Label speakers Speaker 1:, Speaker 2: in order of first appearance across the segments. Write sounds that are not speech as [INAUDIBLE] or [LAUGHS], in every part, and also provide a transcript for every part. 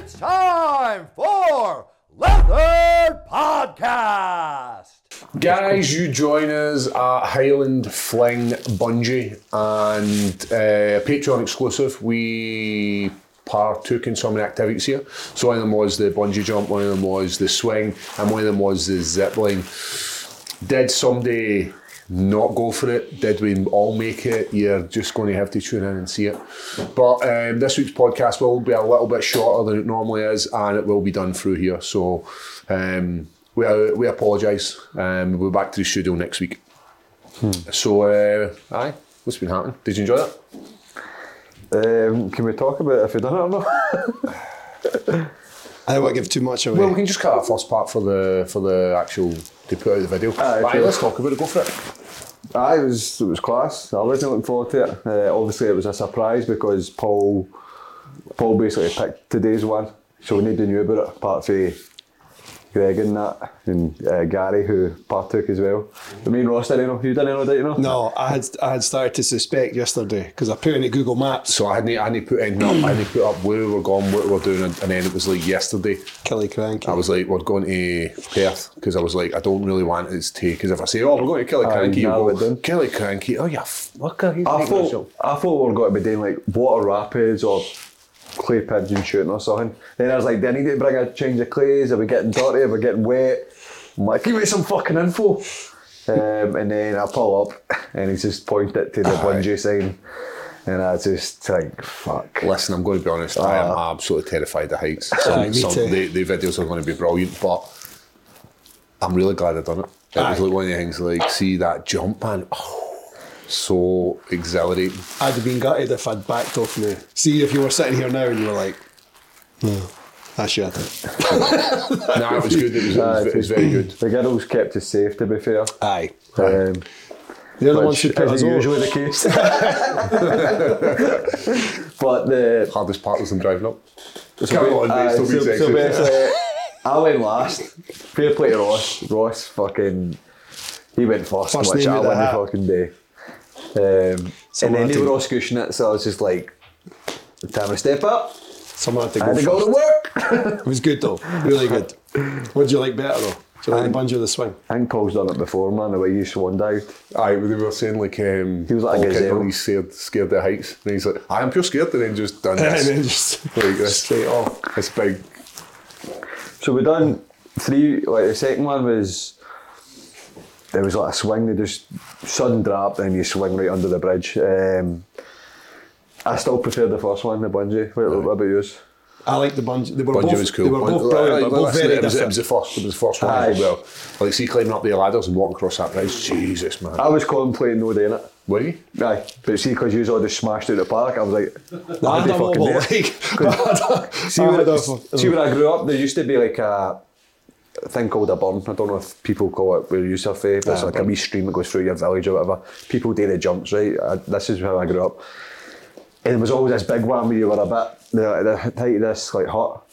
Speaker 1: time for Leopard Podcast.
Speaker 2: Guys, you join us at Highland Fling Bungee and uh, Patreon exclusive. We partook in some of the activities here. So one of them was the bungee jump, one of them was the swing, and one of them was the zip line. Did somebody not go for it? Did we all make it? You're just going to have to tune in and see it. But um, this week's podcast will be a little bit shorter than it normally is, and it will be done through here. So um, we, we apologise. Um, we're back to the studio next week. So, uh, aye, what's been happening? Did you enjoy that?
Speaker 3: Um, can we talk about if you've done it or not?
Speaker 4: [LAUGHS] I don't want to give too much away.
Speaker 2: Well, we can just cut that first part for the for the actual to put out the video.
Speaker 3: Aye,
Speaker 2: right,
Speaker 3: sure.
Speaker 2: let's talk about it. Go for it.
Speaker 3: Aye, Ah, it was it was class. I wasn't looking forward to it. Uh, obviously, it was a surprise because Paul Paul basically picked today's one, so nobody knew about it apart from Greg and that and uh, Gary who partook as well. I mean, Ross didn't know. You didn't know, did you know?
Speaker 4: no, I had I had started to suspect yesterday because I put into Google Maps
Speaker 2: So I hadn't I hadn't put in up I hadn't put up where we were going, what we were doing, and, and then it was like yesterday.
Speaker 4: Killy Cranky.
Speaker 2: I was like, we're going to Perth because I was like, I don't really want it to because if I say, oh, we're going to Killiecrankie, you
Speaker 3: narrow it
Speaker 2: go
Speaker 3: down.
Speaker 2: Killiecrankie. Oh, you fucker. he's
Speaker 3: I
Speaker 2: making a
Speaker 3: thought
Speaker 2: show.
Speaker 3: I thought we were going to be doing like water rapids or clay pigeon shooting or something. Then I was like, do I need to bring a change of clays? Are we getting dirty? Are we getting wet? I'm like, give me some fucking info. Um, and then I pull up and he's just pointed to the bungee sign. And I just think, fuck.
Speaker 2: Listen, I'm going to be honest. I am absolutely terrified of heights. Some,
Speaker 4: Aye, me
Speaker 2: some-
Speaker 4: too.
Speaker 2: The, the videos are going to be brilliant, but I'm really glad I done it. It was
Speaker 4: Aye.
Speaker 2: like one of the things like see that jump man. [SIGHS] Oh, so exhilarating.
Speaker 4: I'd have been gutted if I'd backed off now. See, if you were sitting here now and you were like, no, I should have.
Speaker 2: no, it was good. It was, it was, it was very good.
Speaker 3: The girls kept us safe, to be fair.
Speaker 4: Aye.
Speaker 3: Um,
Speaker 4: They're the ones
Speaker 3: which
Speaker 4: who put us
Speaker 3: is
Speaker 4: over.
Speaker 3: usually the case. [LAUGHS] but the,
Speaker 2: Hardest part was them driving up.
Speaker 3: So
Speaker 2: Come
Speaker 3: ba-
Speaker 2: on, mate,
Speaker 3: aye,
Speaker 2: still be
Speaker 3: Uh, so- so
Speaker 2: sexist. [LAUGHS]
Speaker 3: basically, I went last. Fair play to Ross. Ross fucking he went first,
Speaker 4: First
Speaker 3: which
Speaker 4: name
Speaker 3: I
Speaker 4: with the
Speaker 3: won the
Speaker 4: hat.
Speaker 3: fucking day. Um,
Speaker 4: So
Speaker 3: and then
Speaker 4: what
Speaker 3: they
Speaker 4: I
Speaker 3: were
Speaker 4: do-
Speaker 3: all scooshing it, so I was just like, time to step up.
Speaker 4: Someone had to
Speaker 3: I
Speaker 4: go.
Speaker 3: had to go
Speaker 4: first.
Speaker 3: to work.
Speaker 4: It was good though. Really good. what do you like better though? Do you like the bungee or the swing?
Speaker 3: I think Paul's done it before, man. The way you swanned out.
Speaker 2: Aye, but they were saying like um,
Speaker 3: He was like a
Speaker 2: Paul Kendall,
Speaker 3: gazelle.
Speaker 2: He's scared, scared of heights, and he's like, I'm pure scared, and then just done
Speaker 4: [LAUGHS] and then
Speaker 2: this.
Speaker 4: just
Speaker 2: Like this.
Speaker 4: straight off.
Speaker 2: This big.
Speaker 3: So we done three. Like the second one was there was like a swing. They just sudden drop, and you swing right under the bridge. Um, I still prefer the first one, the bungee. What, what about yours?
Speaker 4: I like the bungee. They were
Speaker 2: Bungie
Speaker 4: both,
Speaker 2: was cool.
Speaker 4: They were
Speaker 2: Bungie-
Speaker 4: both brilliant,
Speaker 2: like,
Speaker 4: but both
Speaker 2: listen,
Speaker 4: very
Speaker 2: it, was, it
Speaker 4: different.
Speaker 2: was the first. It was the first one
Speaker 3: Aye.
Speaker 2: as well. Like see, climbing up the ladders and walking across that bridge. Jesus, man.
Speaker 3: I was contemplating no doing it.
Speaker 2: Were you?
Speaker 3: Aye, but see, because you all just smashed out the park, I was like,
Speaker 4: I
Speaker 3: I'll
Speaker 4: had
Speaker 3: be
Speaker 4: a
Speaker 3: fucking
Speaker 4: wobble.
Speaker 3: there. [LAUGHS]
Speaker 4: Like, [LAUGHS]
Speaker 3: See,
Speaker 4: see
Speaker 3: where, see where I grew up, there used to be like a thing called a burn. I don't know if people call it where you survey, eh, but it's
Speaker 4: Ah,
Speaker 3: like a
Speaker 4: burn.
Speaker 3: wee stream that goes through your village or whatever. People do the jumps, right? I, this is how I grew up. And there was always this big one where you were a bit the, the height of this like hot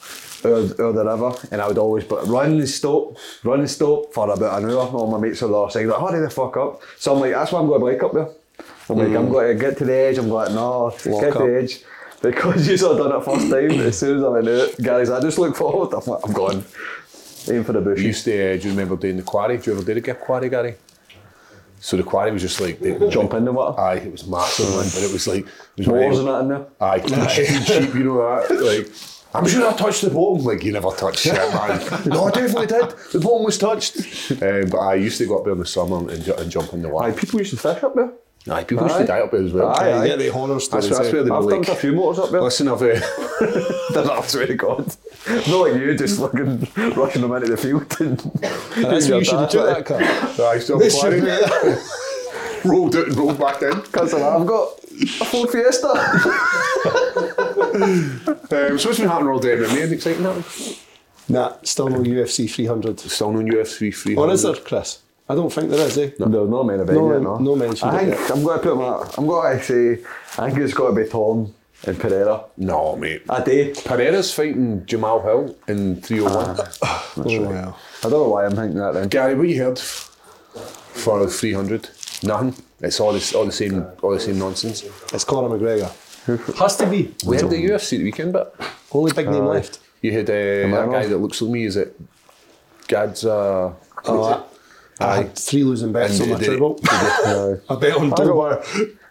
Speaker 3: or, or the river, and I would always but run and stop, run and stop for about an hour. All my mates on the other side like, hurry the fuck up. So I'm like, that's why I'm going to bike up there. I'm like, I'm going to get to the edge. I'm like, no, get to
Speaker 4: up.
Speaker 3: the edge. Because [LAUGHS] you saw done it first time, as soon as I went out, guys, I just look forward. I'm like, I'm gone. Aim for the
Speaker 2: We
Speaker 3: bushes.
Speaker 2: used to. Uh, do you remember doing the quarry? Do you ever do the get quarry, Gary? So the quarry was just like they,
Speaker 3: Jump in the water.
Speaker 2: Aye, it was massive, man. But it was like it was very-
Speaker 3: Motors and that in there.
Speaker 2: Aye, [LAUGHS] cheap, cheap, you know that. Like, I'm sure I touched the bottom. Like, you never touched shit, man. no, I definitely did. The bottom was touched. Um, but I used to go up there in the summer and, ju- and jump in the
Speaker 3: Aye,
Speaker 2: water.
Speaker 3: people used to fish up there.
Speaker 2: Aye, people used to
Speaker 3: Aye.
Speaker 2: die up there as well.
Speaker 3: Aye,
Speaker 4: Yeah,
Speaker 3: aye.
Speaker 4: you get the horror stories.
Speaker 2: That's, where- that's
Speaker 4: eh?
Speaker 2: where they
Speaker 3: I've
Speaker 2: were
Speaker 3: done
Speaker 2: like.
Speaker 3: a few motors up there.
Speaker 2: Listen, I've. Uh, [LAUGHS]
Speaker 3: I swear to God. Not like you, just fucking rushing them into the field. And [LAUGHS]
Speaker 4: That's what you should do that car.
Speaker 2: [LAUGHS] I still
Speaker 4: They
Speaker 2: planning.
Speaker 4: should be there.
Speaker 2: rolled out and rolled uh, back in.
Speaker 3: Because I've got a Ford Fiesta.
Speaker 2: Um, so what's been happening all day? mate? Anything exciting happening?
Speaker 4: Nah, still no UFC 300.
Speaker 2: Still no UFC 300.
Speaker 4: Or Oh, is there, Chris? I don't think there is, eh?
Speaker 3: No, no main event
Speaker 4: No,
Speaker 3: yet, no.
Speaker 4: no mention
Speaker 3: I
Speaker 4: of it
Speaker 3: think I'm going to put my. I'm going to say. I think it's got to be Tom and Pereira.
Speaker 2: No, mate.
Speaker 3: A day.
Speaker 2: Pereira's fighting Jamal Hill in 301. [SIGHS]
Speaker 4: oh, well.
Speaker 3: I don't know why I'm thinking that then.
Speaker 2: Gary, what you heard f- for 300? Nothing. It's all the, all the same all the same nonsense. [LAUGHS]
Speaker 4: It's Conor McGregor. Has to be.
Speaker 2: We had the UFC the weekend, but
Speaker 4: Only big name left.
Speaker 2: You had uh, a
Speaker 3: I
Speaker 2: guy
Speaker 3: wrong?
Speaker 2: that looks like me. Is it Gadza?
Speaker 4: Oh, I, I
Speaker 2: Aye.
Speaker 4: had three losing bets
Speaker 2: And
Speaker 4: on my
Speaker 2: did it-
Speaker 4: treble.
Speaker 3: No.
Speaker 4: [LAUGHS] I bet on
Speaker 3: I got
Speaker 4: two.
Speaker 3: one.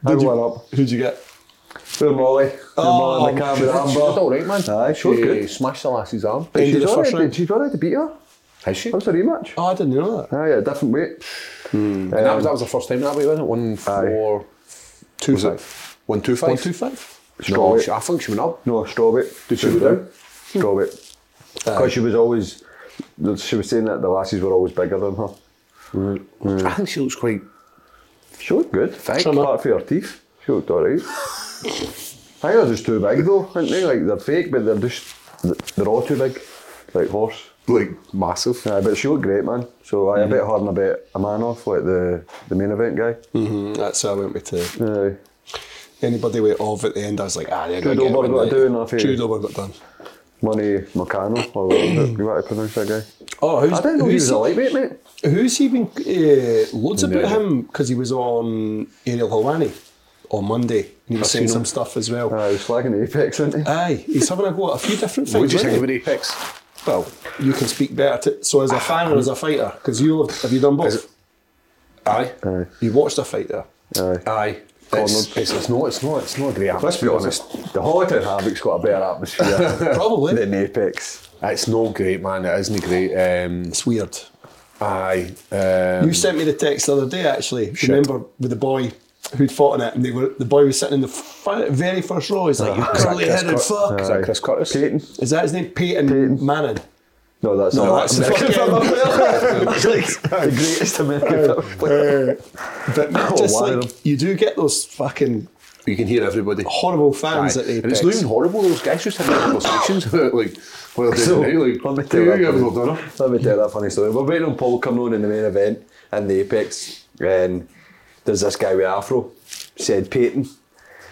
Speaker 3: I got one up.
Speaker 2: Who'd you get?
Speaker 3: Poor Molly. Poor Molly in the car with
Speaker 2: She's all
Speaker 3: Amber.
Speaker 2: right, man.
Speaker 3: Aye, she was
Speaker 2: she
Speaker 3: good.
Speaker 2: Smashed the lassie's arm.
Speaker 3: But
Speaker 4: End of
Speaker 3: she's
Speaker 4: the first
Speaker 3: alright.
Speaker 4: round.
Speaker 3: to- She's alright to beat her.
Speaker 2: Has she?
Speaker 3: That was a rematch.
Speaker 4: Oh, I didn't know that.
Speaker 3: Aye, at a different weight.
Speaker 2: and that was that was the first time that way, wasn't it? One four, two
Speaker 3: Was it
Speaker 2: five. One two five.
Speaker 4: One, two, five.
Speaker 3: Straw
Speaker 2: No,
Speaker 3: weight.
Speaker 2: she, I think she went up.
Speaker 3: No, straw weight.
Speaker 2: Did she go down?
Speaker 3: Straw weight.
Speaker 4: Hmm.
Speaker 3: Because she was always, she was saying that the lasses were always bigger than her.
Speaker 2: I think she looks quite.
Speaker 3: She looked good. Thick.
Speaker 4: Trim up.
Speaker 3: Apart for her teeth, she looked
Speaker 4: [LAUGHS]
Speaker 3: alright. I think they're just too big though, aren't they? Like they're fake, but they're just they're all too big, like horse.
Speaker 2: Like massive.
Speaker 3: Aye, but she looked great, man. So
Speaker 4: Mm-hmm.
Speaker 3: aye, I bet her and I bet a man off, like the the main event guy. Uh,
Speaker 4: Mm, that's how I went with two.
Speaker 3: Aye.
Speaker 4: Anybody with off at the end, I was like, ah, they're going
Speaker 3: Jude
Speaker 4: to get
Speaker 3: Over
Speaker 4: one
Speaker 3: got
Speaker 4: night.
Speaker 3: doing off here.
Speaker 4: Jude Over got done.
Speaker 3: Money Meccano, or whatever you want to pronounce that guy.
Speaker 4: Oh, Hmm. who's,
Speaker 3: I didn't know he
Speaker 4: who's,
Speaker 3: was a lightweight, mate.
Speaker 4: who's he been? Uh, loads
Speaker 2: No
Speaker 4: about
Speaker 2: idea.
Speaker 4: him because he was on Ariel Helwani on Monday and he was
Speaker 2: I've
Speaker 4: saying
Speaker 2: seen
Speaker 4: some
Speaker 2: him.
Speaker 4: stuff as well.
Speaker 3: Aye, Uh, he was slagging the apex, wasn't he?
Speaker 4: Aye, he's having a go at a few different things.
Speaker 2: What do you
Speaker 4: isn't
Speaker 2: think
Speaker 4: he?
Speaker 2: about Apex?
Speaker 4: Well, you can speak better. To, so, as a fan or as a fighter, because you have, have you done both? Aye.
Speaker 3: Aye.
Speaker 4: You watched a fight there.
Speaker 3: Aye.
Speaker 2: Aye. It's, it's, it's not. It's not. It's not a great.
Speaker 3: Let's be
Speaker 2: atmosphere, is it?
Speaker 3: honest, the Holiday Havoc's got a better
Speaker 4: [LAUGHS]
Speaker 3: atmosphere
Speaker 4: Probably.
Speaker 3: than the Apex.
Speaker 2: Ah, It's not great, man. It isn't great. Um,
Speaker 4: It's weird.
Speaker 2: aye. Um,
Speaker 4: You sent me the text the other day, actually. Remember with the boy who'd fought in it, and they were the boy was sitting in the fi- very first row. He's like, "You
Speaker 2: is that
Speaker 4: curly
Speaker 2: Chris
Speaker 4: headed
Speaker 2: Cur-
Speaker 4: fuck."
Speaker 2: Is that Chris Curtis?
Speaker 3: Peyton?
Speaker 4: Is that his name? Peyton,
Speaker 3: Peyton.
Speaker 4: Manning.
Speaker 3: No, that's
Speaker 4: No,
Speaker 3: not.
Speaker 4: that's the [LAUGHS]
Speaker 3: [LAUGHS]
Speaker 4: fucking.
Speaker 3: the greatest American player. Oh, [LAUGHS]
Speaker 4: but man, just
Speaker 3: one of
Speaker 4: like you do get those fucking
Speaker 2: You can hear everybody.
Speaker 4: horrible fans
Speaker 2: Aye.
Speaker 4: at the
Speaker 2: And it's not even
Speaker 4: Apex.
Speaker 2: horrible. Those guys just have conversations about like, well, they're
Speaker 3: So,
Speaker 2: doing now, like,
Speaker 3: let me
Speaker 2: who
Speaker 3: tell that
Speaker 2: you having
Speaker 3: funny-
Speaker 2: for dinner?
Speaker 3: Let me tell that funny story. We're waiting on Paul coming on in the main event and the Apex, and there's this guy with afro, said Peyton.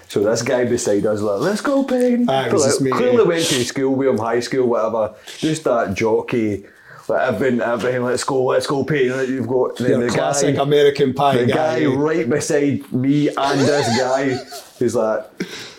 Speaker 3: So this guy beside us like, let's go Peyton.
Speaker 4: Aye, it was
Speaker 3: Like,
Speaker 4: his mate,
Speaker 3: clearly
Speaker 4: eh?
Speaker 3: went to school with him, high school, whatever. Just that jockey, like everything, everything. Let's go, let's go Peyton. Like, You've got then
Speaker 4: Your
Speaker 3: the
Speaker 4: classic
Speaker 3: guy,
Speaker 4: American Pie
Speaker 3: the guy,
Speaker 4: guy.
Speaker 3: right beside me and this guy is like,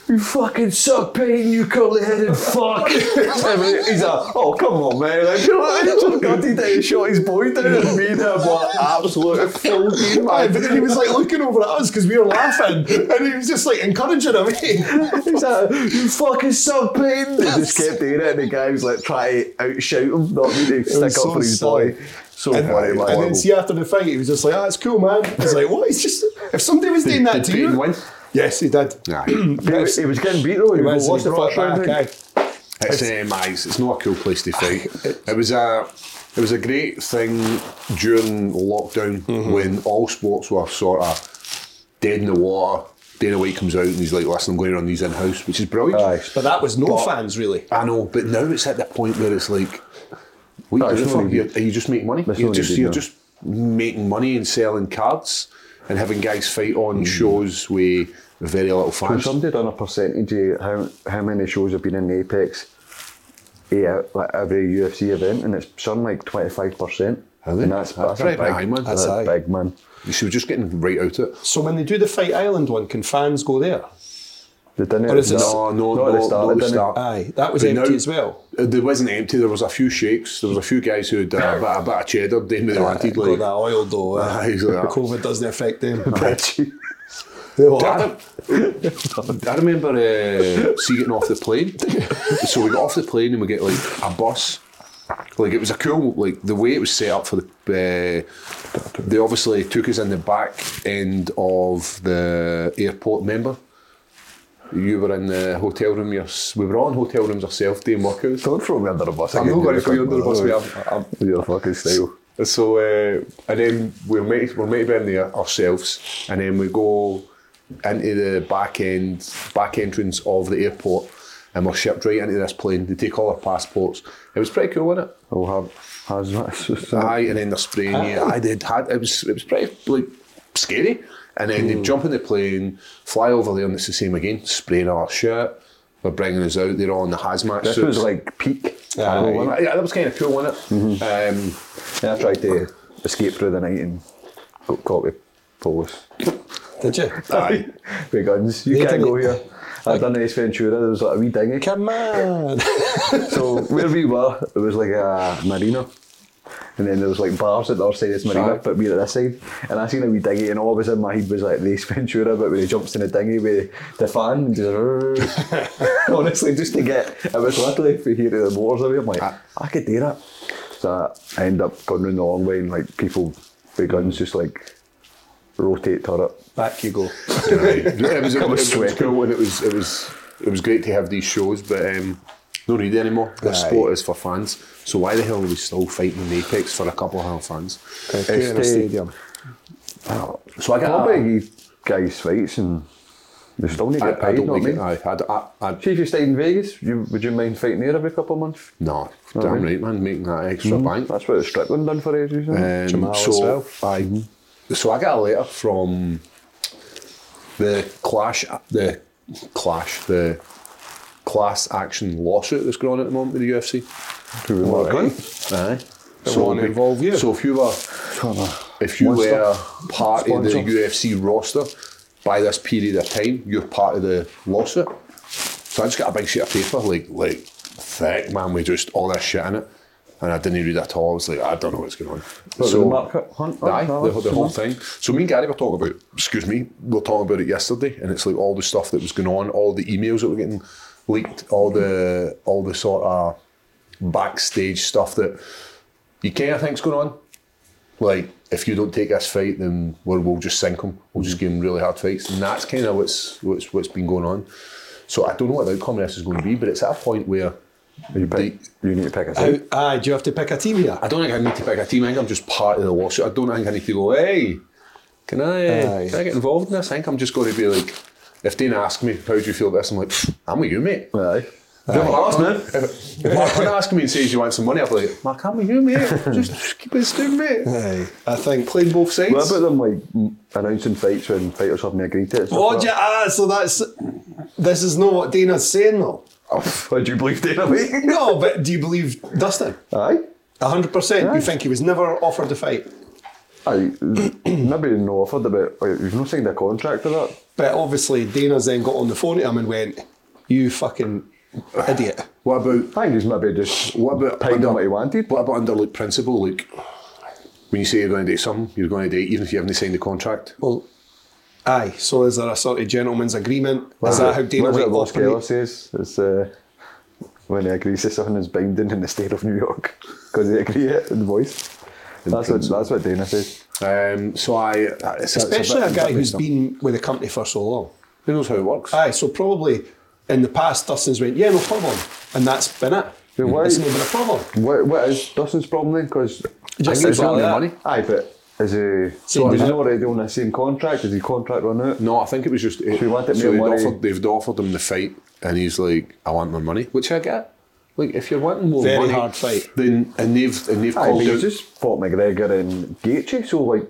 Speaker 3: you fucking suck, Peyton, you curly headed fuck. [LAUGHS] And he's like, oh, come on, man. Like, you know what? He just got to die and shot his boy down and me and him were absolute full game,
Speaker 4: [LAUGHS] Aye, but then he
Speaker 3: man.
Speaker 4: was like looking over at us because we were laughing, and he was just like encouraging him. eh?
Speaker 3: [LAUGHS] He's like, you fucking suck, Peyton. He just kept doing it, and the guy was like, trying to outshout him, not really stick up
Speaker 4: so
Speaker 3: for his
Speaker 4: silly.
Speaker 3: boy. So
Speaker 4: And,
Speaker 3: funny, man.
Speaker 2: oh,
Speaker 4: and then see after the fight, he was just like, "Ah, it's cool, man." He's like, "What?" He's just if somebody was doing that
Speaker 2: did
Speaker 4: to you,
Speaker 2: Peyton win?
Speaker 4: yes, he did. [CLEARS THROAT]
Speaker 2: Aye.
Speaker 3: he, was, he was getting beat though. He,
Speaker 4: He
Speaker 3: was lost
Speaker 4: was. He
Speaker 3: the
Speaker 4: brought
Speaker 3: first
Speaker 4: it
Speaker 3: round.
Speaker 4: back.
Speaker 3: didn't he?
Speaker 4: aye.
Speaker 2: It's um, aye, it's it's not a cool place to fight. it was a it was a great thing during lockdown when all sports were sort of dead in the water. Dana White comes out and he's like, "Listen, I'm going to run these in house," which is brilliant.
Speaker 3: Aye.
Speaker 4: But that was no fans really.
Speaker 2: I know, but now it's at the point where it's like, what
Speaker 3: No,
Speaker 2: are you
Speaker 3: it's
Speaker 2: doing for?
Speaker 3: not
Speaker 2: You're,
Speaker 3: needed.
Speaker 2: are you just making money?
Speaker 3: That's
Speaker 2: You're
Speaker 3: not
Speaker 2: just
Speaker 3: needed,
Speaker 2: you're
Speaker 3: no.
Speaker 2: just making money and selling cards and having guys fight on shows with very little
Speaker 3: Well,
Speaker 2: fans.
Speaker 3: somebody done a percentage of how, how many shows have been in the Apex yeah, like every UFC event, and it's something like 25%.
Speaker 2: Have they?
Speaker 3: And that's,
Speaker 2: That's
Speaker 3: that's,
Speaker 2: right,
Speaker 3: a big,
Speaker 2: high, man.
Speaker 3: That's,
Speaker 4: That's
Speaker 3: a
Speaker 4: high.
Speaker 3: big, man.
Speaker 2: So we're just getting right out of it.
Speaker 4: So when they do the Fight Island one, can fans go there?
Speaker 3: They didn't
Speaker 4: Or is it-
Speaker 2: No, Oh, no,
Speaker 3: not
Speaker 2: no,
Speaker 3: at the
Speaker 2: not
Speaker 3: start,
Speaker 2: at
Speaker 3: they
Speaker 2: the
Speaker 3: didn't.
Speaker 2: start.
Speaker 4: Aye, that was
Speaker 2: But
Speaker 4: empty
Speaker 2: now-
Speaker 4: as well.
Speaker 2: Uh, There wasn't empty. There was a few shakes. There was a few guys who had uh, a, bit, a bit of cheddar. They they
Speaker 4: Got
Speaker 2: wanted
Speaker 4: that
Speaker 2: like.
Speaker 4: oil though. eh?
Speaker 2: Aye, he's like that.
Speaker 4: COVID doesn't affect them.
Speaker 3: Bitch.
Speaker 4: [LAUGHS] They all
Speaker 2: I,
Speaker 4: are.
Speaker 2: rem- I remember uh, see getting off the plane. so we got off the plane and we get like a bus. Like it was a cool like the way it was set up for the. Uh, they obviously took us in the back end of the airport. Remember. You were in the hotel room. Your, we were all in hotel rooms ourselves doing workouts.
Speaker 3: Don't throw me under the bus.
Speaker 2: I'm
Speaker 3: again,
Speaker 2: not gonna
Speaker 3: you're
Speaker 2: throw you under the bus, um,
Speaker 3: fucking-
Speaker 2: mate. I'm-
Speaker 3: Your fucking style.
Speaker 2: So uh, and then we're made we're made in there ourselves, and then we go into the back end back entrance of the airport, and we're shipped right into this plane. They take all our passports. It was pretty cool, wasn't it?
Speaker 3: I'll have hazmat suits on.
Speaker 2: Aye, and then they're spraying
Speaker 3: Ah.
Speaker 2: you. Aye, they had it was it was pretty like scary. And then
Speaker 3: Hmm.
Speaker 2: they jump in the plane, fly over there, and it's the same again. Spraying our shirt. They're bringing us out. They're all in the hazmat
Speaker 3: This
Speaker 2: suits.
Speaker 3: was like peak.
Speaker 4: Aye.
Speaker 3: Arrow, wasn't it? Mm-hmm.
Speaker 2: yeah, that was kind of cool, wasn't it? Um,
Speaker 3: And I tried to escape through the night and got caught with police. [LAUGHS]
Speaker 4: Did you?
Speaker 2: Aye.
Speaker 3: with guns. You
Speaker 4: They
Speaker 3: can't go
Speaker 4: didn't-
Speaker 3: here. I've done Ace Ventura, there was like a wee dinghy.
Speaker 4: Come on.
Speaker 3: So where we were, it was like a marina. And then there was like bars at the other side of this marina,
Speaker 2: Aye.
Speaker 3: but we were at this side. And I seen a wee dinghy, and all that was in my head was like the Ace Ventura, but when he jumps in a dinghy with the fan, and just [LAUGHS] honestly, just to get it was literally from here to the waters away. I'm like,
Speaker 4: Ah.
Speaker 3: I could do that. So I end up going round the long way, and like people with guns just like rotate turret.
Speaker 4: Back you go.
Speaker 2: [LAUGHS] it was, it was,
Speaker 3: was
Speaker 2: it was
Speaker 3: sweating.
Speaker 2: cool and it was it was it was great to have these shows, but um, no need anymore. This
Speaker 3: Aye.
Speaker 2: sport is for fans. So why the hell are we still fighting in Apex for a couple of half fans?
Speaker 3: It's
Speaker 4: in a
Speaker 3: the-
Speaker 4: stadium.
Speaker 2: So I get
Speaker 3: How
Speaker 2: that.
Speaker 3: big guys fights and they still need to
Speaker 2: I,
Speaker 3: get
Speaker 2: I
Speaker 3: paid,
Speaker 2: don't
Speaker 3: not
Speaker 2: like
Speaker 3: me.
Speaker 2: it. Aye, I, d- I- I-
Speaker 3: See if you stayed in Vegas, you, would you mind fighting there every couple of months?
Speaker 2: no, damn right, man, making that extra bank.
Speaker 3: Mm. That's what the Strickland done for ages. isn't it?
Speaker 2: Um,
Speaker 4: Jamal
Speaker 2: so
Speaker 4: as well.
Speaker 2: I so I got a letter from the clash the clash the class action lawsuit that's going on at the moment with the UFC.
Speaker 3: Mark Hunt?
Speaker 2: Aye.
Speaker 4: They wanna
Speaker 2: be-
Speaker 4: involve you.
Speaker 2: So if you were if you
Speaker 3: Monster.
Speaker 2: were part
Speaker 3: Sponsor.
Speaker 2: of the UFC roster by this period of time, you're part of the lawsuit. So I just got a big sheet of paper, like like thick man, with just all this shit in it. And I didn't read it at all. I was like, I don't know what's going on.
Speaker 3: was it, Mark Hunt?
Speaker 2: Aye,
Speaker 3: That
Speaker 2: the,
Speaker 3: was
Speaker 2: the whole
Speaker 3: Mark.
Speaker 2: thing. So me and Gary were talking about, excuse me, we were talking about it yesterday, and it's like all the stuff that was going on, all the emails that were getting leaked, all the all the sort of backstage stuff that you kind of think's going on. Like, if you don't take this fight, then we're, we'll just sink them. We'll just give them really hard fights, and that's kind of what's what's what's been going on. So I don't know what the outcome of this is going to be, but it's at a point where
Speaker 3: You,
Speaker 2: the,
Speaker 3: pick, you need to pick a
Speaker 4: How,
Speaker 3: side.
Speaker 4: aye, do you have to pick a team here?
Speaker 2: I don't think I need to pick a team. I think I'm just part of the lawsuit. I don't think I need to go, hey, can I, uh,
Speaker 4: Aye.
Speaker 2: can I get involved in this? I think I'm just going to be like, if Dana asks me, how do you feel about this? I'm like, "Pfft, I'm with you, mate.
Speaker 3: Aye.
Speaker 2: Never asked, man. If, if Mark Hunt asks me and says you want some money, I'll be like, Mark, I'm with you,
Speaker 3: [LAUGHS]
Speaker 2: mate. Just keep it still, mate.
Speaker 4: Aye. I think.
Speaker 2: Playing both sides.
Speaker 3: What about them like m- announcing fights when fighters haven't agreed to it?
Speaker 4: Oh, ja, ah, so that's. This is not what Dana's saying though. [LAUGHS]
Speaker 3: Would you believe Dana White?
Speaker 4: No, but do you believe Dustin?
Speaker 3: Aye.
Speaker 4: 100%.
Speaker 3: Aye.
Speaker 4: You think he was never offered a fight.
Speaker 3: [CLEARS THROAT] Aye. Maybe no offered about, like, you've not signed a contract for that.
Speaker 4: But obviously, Dana's then got on the phone to him and went, You fucking idiot.
Speaker 2: what about,
Speaker 3: I think he's maybe just
Speaker 2: what about,
Speaker 3: paid him what he wanted.
Speaker 2: what about under like principle, like, when you say you're going to date something, you're going to date, even if you haven't signed the contract.
Speaker 4: Well, aye, so is there a sort of gentleman's agreement? is
Speaker 3: What
Speaker 4: that
Speaker 3: it-
Speaker 4: how Dana
Speaker 3: what is
Speaker 4: White
Speaker 3: it Ross Geller
Speaker 4: operates?
Speaker 3: says? It's uh, when he agrees to something is binding in the state of New York [LAUGHS] because they agree it in voice. That's what, that's what Dana says.
Speaker 2: Um, so I, it's a- it's
Speaker 4: Especially
Speaker 2: bit-
Speaker 4: a guy who's
Speaker 2: bit-
Speaker 4: been with the company for so long.
Speaker 2: who knows how it works.
Speaker 4: Aye, so probably in the past, Dustin's went, Yeah, no problem. And that's been it.
Speaker 3: But why-
Speaker 4: It's not been a problem.
Speaker 3: What, what is Dustin's problem then? Because
Speaker 4: Just
Speaker 2: think it's
Speaker 4: about
Speaker 2: only
Speaker 4: that.
Speaker 2: money.
Speaker 3: aye, but is he?
Speaker 4: So
Speaker 3: So he's
Speaker 4: is it-
Speaker 3: not already on the same contract. Is his contract run out?
Speaker 2: No, I think it was just. It,
Speaker 3: he wanted
Speaker 2: so
Speaker 3: more
Speaker 2: they'd
Speaker 3: money.
Speaker 2: offered, they've offered him the fight, and he's like, "I want my money," which I get. Like, if you're wanting more
Speaker 4: Very
Speaker 2: money,
Speaker 4: hard fight.
Speaker 2: Then and they've and they've
Speaker 3: Aye, but
Speaker 2: called
Speaker 3: he's
Speaker 2: out.
Speaker 3: just fought McGregor and Gaethje, so like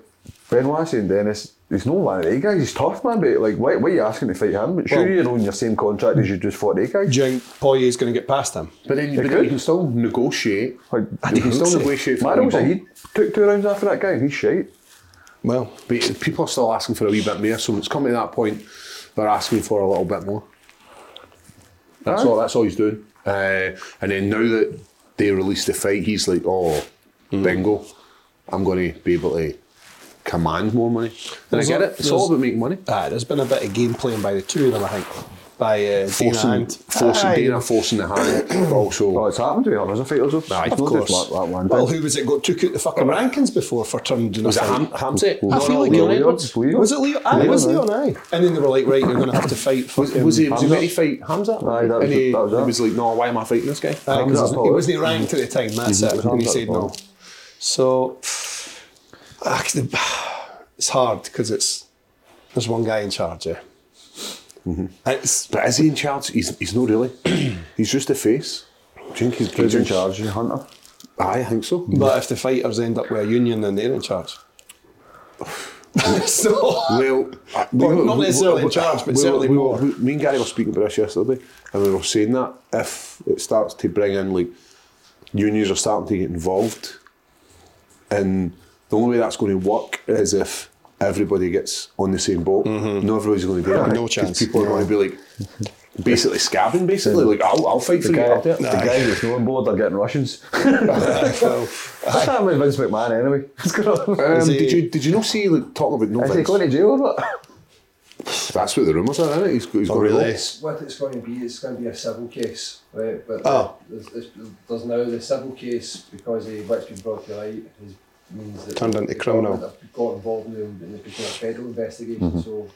Speaker 3: Benoit and Dennis. He's no one of they guys. He's tough, man. But like, why, why are you asking to fight him? Sure,
Speaker 4: Well-
Speaker 3: you're on your same contract as you just fought they guys.
Speaker 4: Do you think Poirier's going to get past him?
Speaker 2: but then,
Speaker 3: They
Speaker 2: but then
Speaker 3: could.
Speaker 2: you can still negotiate.
Speaker 3: Like,
Speaker 2: you can
Speaker 4: didn't
Speaker 2: still
Speaker 4: say-
Speaker 2: negotiate. for a wee
Speaker 3: Mario said
Speaker 2: bit.
Speaker 3: he took two rounds after that guy. and He's shite.
Speaker 4: Well,
Speaker 2: But people are still asking for a wee bit more. So it's coming to that point, they're asking for a little bit more. That's all. That's all he's doing. Uh, and then now that they released the fight, he's like, "Oh,
Speaker 3: Mm.
Speaker 2: bingo! I'm going to be able to command more money." And I
Speaker 4: There's
Speaker 2: get
Speaker 4: a-
Speaker 2: it. It's all
Speaker 4: there's-
Speaker 2: about making money.
Speaker 4: aye, there's been a bit of game playing by the two of them, I think. By uh, Dana
Speaker 2: Forcing,
Speaker 4: and
Speaker 2: forcing
Speaker 4: Aye.
Speaker 2: Dana, forcing the hand,
Speaker 3: [COUGHS]
Speaker 2: but
Speaker 3: Oh,
Speaker 2: also.
Speaker 3: it's happened to be honest. I think it was a-
Speaker 2: Aye,
Speaker 3: it's
Speaker 2: of
Speaker 3: not just
Speaker 2: course.
Speaker 3: That, that one.
Speaker 4: Well,
Speaker 3: thing.
Speaker 4: who was it got took out the fucking rankings before for turning down a
Speaker 2: Was it
Speaker 4: fight?
Speaker 2: Ham, Hamzat?
Speaker 4: I feel like Leon Edwards.
Speaker 3: Leo.
Speaker 4: Was it Leo? Aye, it was
Speaker 3: Leo,
Speaker 4: Leon, aye. And then they were like, right, you're going to have to fight
Speaker 2: eh? Was,
Speaker 4: fucking...
Speaker 2: was he, was he
Speaker 3: Hamza?
Speaker 2: ready to fight Hamza?
Speaker 3: Aye, that was
Speaker 2: and he,
Speaker 3: it, that was
Speaker 2: he
Speaker 3: it.
Speaker 2: was like, no, why am I fighting this guy?
Speaker 4: Aye, 'cause
Speaker 3: Hamza
Speaker 4: he-
Speaker 3: Paul.
Speaker 4: he wasn't ranked at the time, that's it. And he
Speaker 3: Hamza
Speaker 4: said
Speaker 3: Paul.
Speaker 4: no. So, [SIGHS] ah, 'cause the- [SIGHS] it's hard because it's... There's one guy in charge, yeah. Mm-hmm. It's,
Speaker 2: But is he in charge? He's, he's not really. [CLEARS THROAT] he's just a face. Do you think he's, do you
Speaker 3: Who's in
Speaker 2: think-
Speaker 3: charge? Hunter.
Speaker 2: Aye, I think so.
Speaker 4: but if the fighters end up with a union, then they're in charge. [LAUGHS] so...
Speaker 2: Well, I- we
Speaker 4: Well,
Speaker 2: were-
Speaker 4: not
Speaker 2: we-
Speaker 4: necessarily
Speaker 2: we-
Speaker 4: in charge, but
Speaker 2: we-
Speaker 4: certainly
Speaker 2: we-
Speaker 4: more.
Speaker 2: we- Me and Gary were speaking about this yesterday, and we were saying that if it starts to bring in like unions are starting to get involved, and the only way that's going to work is if everybody gets on the same boat. Not everybody's going to be on it,
Speaker 4: Mm-hmm. No
Speaker 2: 'cause
Speaker 4: chance,
Speaker 2: People are
Speaker 4: no.
Speaker 2: going to be like, basically scabbing, basically. Like, I'll, I'll fight for
Speaker 3: The
Speaker 2: you.
Speaker 3: guy,
Speaker 2: I'll do
Speaker 3: the
Speaker 2: it.
Speaker 3: guy that's not on board are getting
Speaker 4: [LAUGHS]
Speaker 3: Russians. What's that with Vince McMahon anyway? [LAUGHS] What's going on?
Speaker 2: Um,
Speaker 4: Is he-
Speaker 2: did you did you not see like, talk about no
Speaker 3: Is he
Speaker 2: Vince?
Speaker 3: going to jail or what?
Speaker 2: That's what the rumours are, isn't it? He's, he's
Speaker 4: Oh,
Speaker 2: going
Speaker 4: [LAUGHS] really?
Speaker 2: to
Speaker 5: What it's going to be, it's going to be a civil case, right? But
Speaker 4: Oh.
Speaker 5: there's, there's, there's now the civil case because of what's been brought to light is, means that
Speaker 4: Turned into
Speaker 5: the
Speaker 4: criminal. Mm-hmm.
Speaker 5: government have Got involved in, the- in the became a federal investigation, so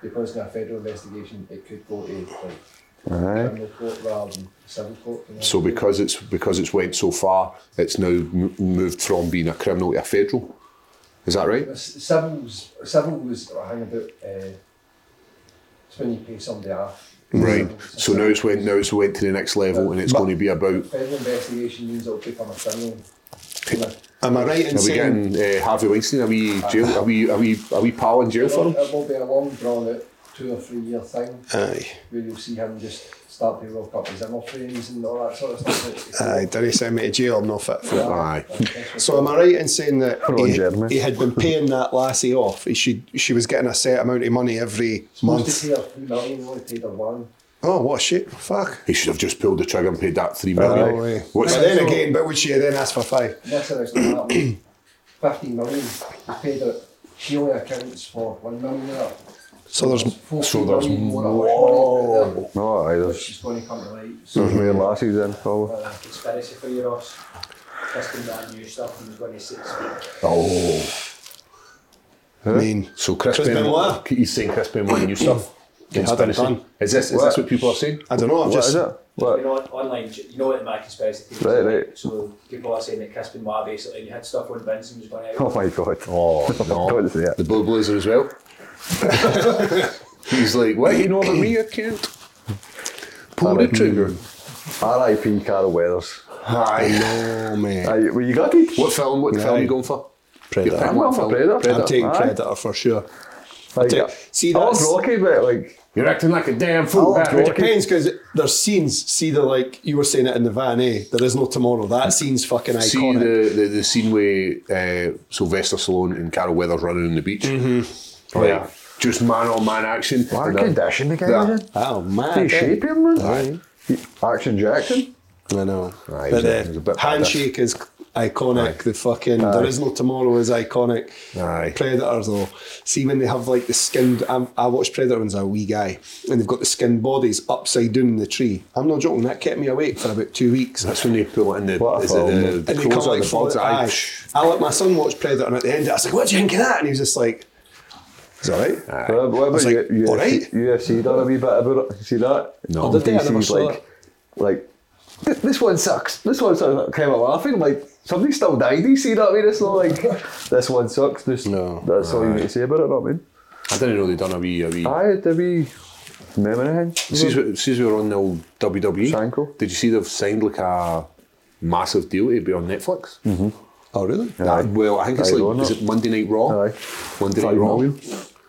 Speaker 5: because it's a federal investigation, it could go to like criminal court rather than civil court. you know?
Speaker 2: So because it's because it's went so far, it's now m- moved from being a criminal to a federal. Is that right?
Speaker 5: S- civil was civil was hang about. Uh, it's when you pay somebody off.
Speaker 4: Mm.
Speaker 2: Right.
Speaker 5: Civil-
Speaker 2: Mm-hmm. So now it's went now it's went to the next level, and it's going to be about.
Speaker 5: federal investigation means it'll become a criminal. you know.
Speaker 4: Am I right
Speaker 2: Are we
Speaker 4: in saying
Speaker 2: getting uh, Harvey Weinstein? Are we jail? Are we are we are we pal in jail
Speaker 5: It
Speaker 2: for
Speaker 5: will,
Speaker 2: him?
Speaker 5: it will be a long drawn out two or three year thing
Speaker 4: Aye,
Speaker 5: where you'll see him just start to rock up his inner frames and all that sort of stuff.
Speaker 4: aye, did he send me to jail? I'm not fit for it.
Speaker 2: Aye.
Speaker 4: So am I right in saying that
Speaker 3: Hello, Jeremy.
Speaker 4: he, he had been paying that lassie off? He, she she was getting a set amount of money every
Speaker 5: Supposed
Speaker 4: month.
Speaker 5: to pay her three million, only paid her one.
Speaker 4: Oh, what a shit! Fuck.
Speaker 2: He should have just pulled the trigger and paid that three
Speaker 4: No
Speaker 2: million.
Speaker 4: way. But
Speaker 2: What's
Speaker 4: then again, but would she then ask for five?
Speaker 5: That's how it's done that one. Fifteen million, he paid her. She only accounts for one million of that.
Speaker 4: So there's
Speaker 2: so there's
Speaker 5: more hush money out there,
Speaker 3: [LAUGHS] No, aye,
Speaker 5: which
Speaker 3: there's
Speaker 5: is going to come to light.
Speaker 2: Hmm.
Speaker 3: there's
Speaker 5: So,
Speaker 3: mere lassies then, probably.
Speaker 6: uh, conspiracy for you, Ross. Testing that new stuff and going to sit.
Speaker 2: Oh,
Speaker 4: I mean,
Speaker 2: so Chris,
Speaker 4: Chris
Speaker 2: Benoit.
Speaker 4: Benoit?
Speaker 2: He's saying Chris Benoit new stuff.
Speaker 4: had it done.
Speaker 2: Conspiracy. Is this is this what people are saying?
Speaker 4: I don't know. I've
Speaker 3: What
Speaker 4: just
Speaker 3: is it?
Speaker 6: You
Speaker 3: What?
Speaker 6: know, online, you know what my conspiracy theory
Speaker 3: Right, right.
Speaker 6: So people are saying that Crispin Moore basically, and you had stuff on Vince and was going
Speaker 3: [LAUGHS]
Speaker 6: out.
Speaker 3: Oh my god.
Speaker 2: Oh
Speaker 3: [LAUGHS] Don't say
Speaker 2: no!
Speaker 3: it.
Speaker 2: the Blue Blazer as well. He's like, what do you know about me? I can't pull the trigger.
Speaker 3: R.I.P. Carol Weathers.
Speaker 2: Hi.
Speaker 4: no man.
Speaker 3: Aye, were you gutted?
Speaker 2: What film? What film are you going for? Your
Speaker 4: Predator.
Speaker 2: film,
Speaker 3: I'm
Speaker 2: what
Speaker 3: going for
Speaker 2: film?
Speaker 3: Predator.
Speaker 4: I'm taking
Speaker 3: Aye.
Speaker 4: Predator for sure.
Speaker 3: Like,
Speaker 4: take- see,
Speaker 3: I love
Speaker 4: that's-
Speaker 3: Rocky, but like,
Speaker 2: You're acting like a damn fool.
Speaker 3: I'll
Speaker 2: Harry.
Speaker 3: go.
Speaker 4: It depends because there's scenes. See the like you were saying it in the van. Eh, there is no tomorrow. That scene's fucking iconic.
Speaker 2: See the, the, the scene where uh, Sylvester Stallone and Carol Weathers running on the beach. Mm-hmm. Like,
Speaker 4: Yeah.
Speaker 2: Just man on man action.
Speaker 3: what
Speaker 2: And, uh,
Speaker 3: condition the guy
Speaker 2: that-
Speaker 3: was in?
Speaker 4: oh man,
Speaker 3: Pretty shape him, man.
Speaker 4: Aye.
Speaker 3: Action Jackson.
Speaker 4: I know.
Speaker 2: Aye, it Ah, was
Speaker 4: but
Speaker 2: a- it was a
Speaker 4: the
Speaker 2: bit
Speaker 4: handshake is iconic. The fucking there is no tomorrow is iconic.
Speaker 2: Aye.
Speaker 4: Predator though. See when they have like the skinned. I'm, I watched Predator when I was a wee guy, and they've got the skinned bodies upside down in the tree. I'm not joking. That kept me awake for about two weeks.
Speaker 2: That's when they pull it in the.
Speaker 3: What a
Speaker 2: is it the,
Speaker 3: film.
Speaker 2: the
Speaker 4: and they come
Speaker 2: clothes on
Speaker 4: like
Speaker 2: the
Speaker 4: fall
Speaker 2: bugs?
Speaker 4: aye.
Speaker 2: Aye.
Speaker 4: I let my son watch Predator, and at the end, I was like, "What do you think of that?" And he was just like, "It's all right."
Speaker 3: Uh, What, what
Speaker 4: I was
Speaker 3: about
Speaker 4: like,
Speaker 3: U-
Speaker 4: all
Speaker 3: UFC,
Speaker 4: right.
Speaker 3: UFC done a wee bit about it? See that?
Speaker 2: No.
Speaker 3: The
Speaker 4: Did they? I never saw
Speaker 3: like,
Speaker 4: it.
Speaker 3: like "Th- this one sucks. This one sucks. Came out laughing. I'm like somebody still died. You see that? I mean, it's not like [LAUGHS] this one sucks. This,
Speaker 4: No.
Speaker 3: That's all you need to say about it. know what I mean,
Speaker 2: I didn't know they'd done a wee. A wee.
Speaker 3: I had to be memory
Speaker 2: Since
Speaker 3: hang.
Speaker 2: we, since we were on the old WWE,
Speaker 3: Shanko.
Speaker 2: did you see they've signed like a massive deal to be on Netflix?
Speaker 4: Oh, really?
Speaker 2: That- well, I think it's
Speaker 3: Aye,
Speaker 2: like
Speaker 3: wasn't
Speaker 2: is
Speaker 3: it?
Speaker 2: it Monday Night Raw?
Speaker 3: Aye.
Speaker 2: Monday Night
Speaker 3: Five
Speaker 2: Raw.
Speaker 3: million.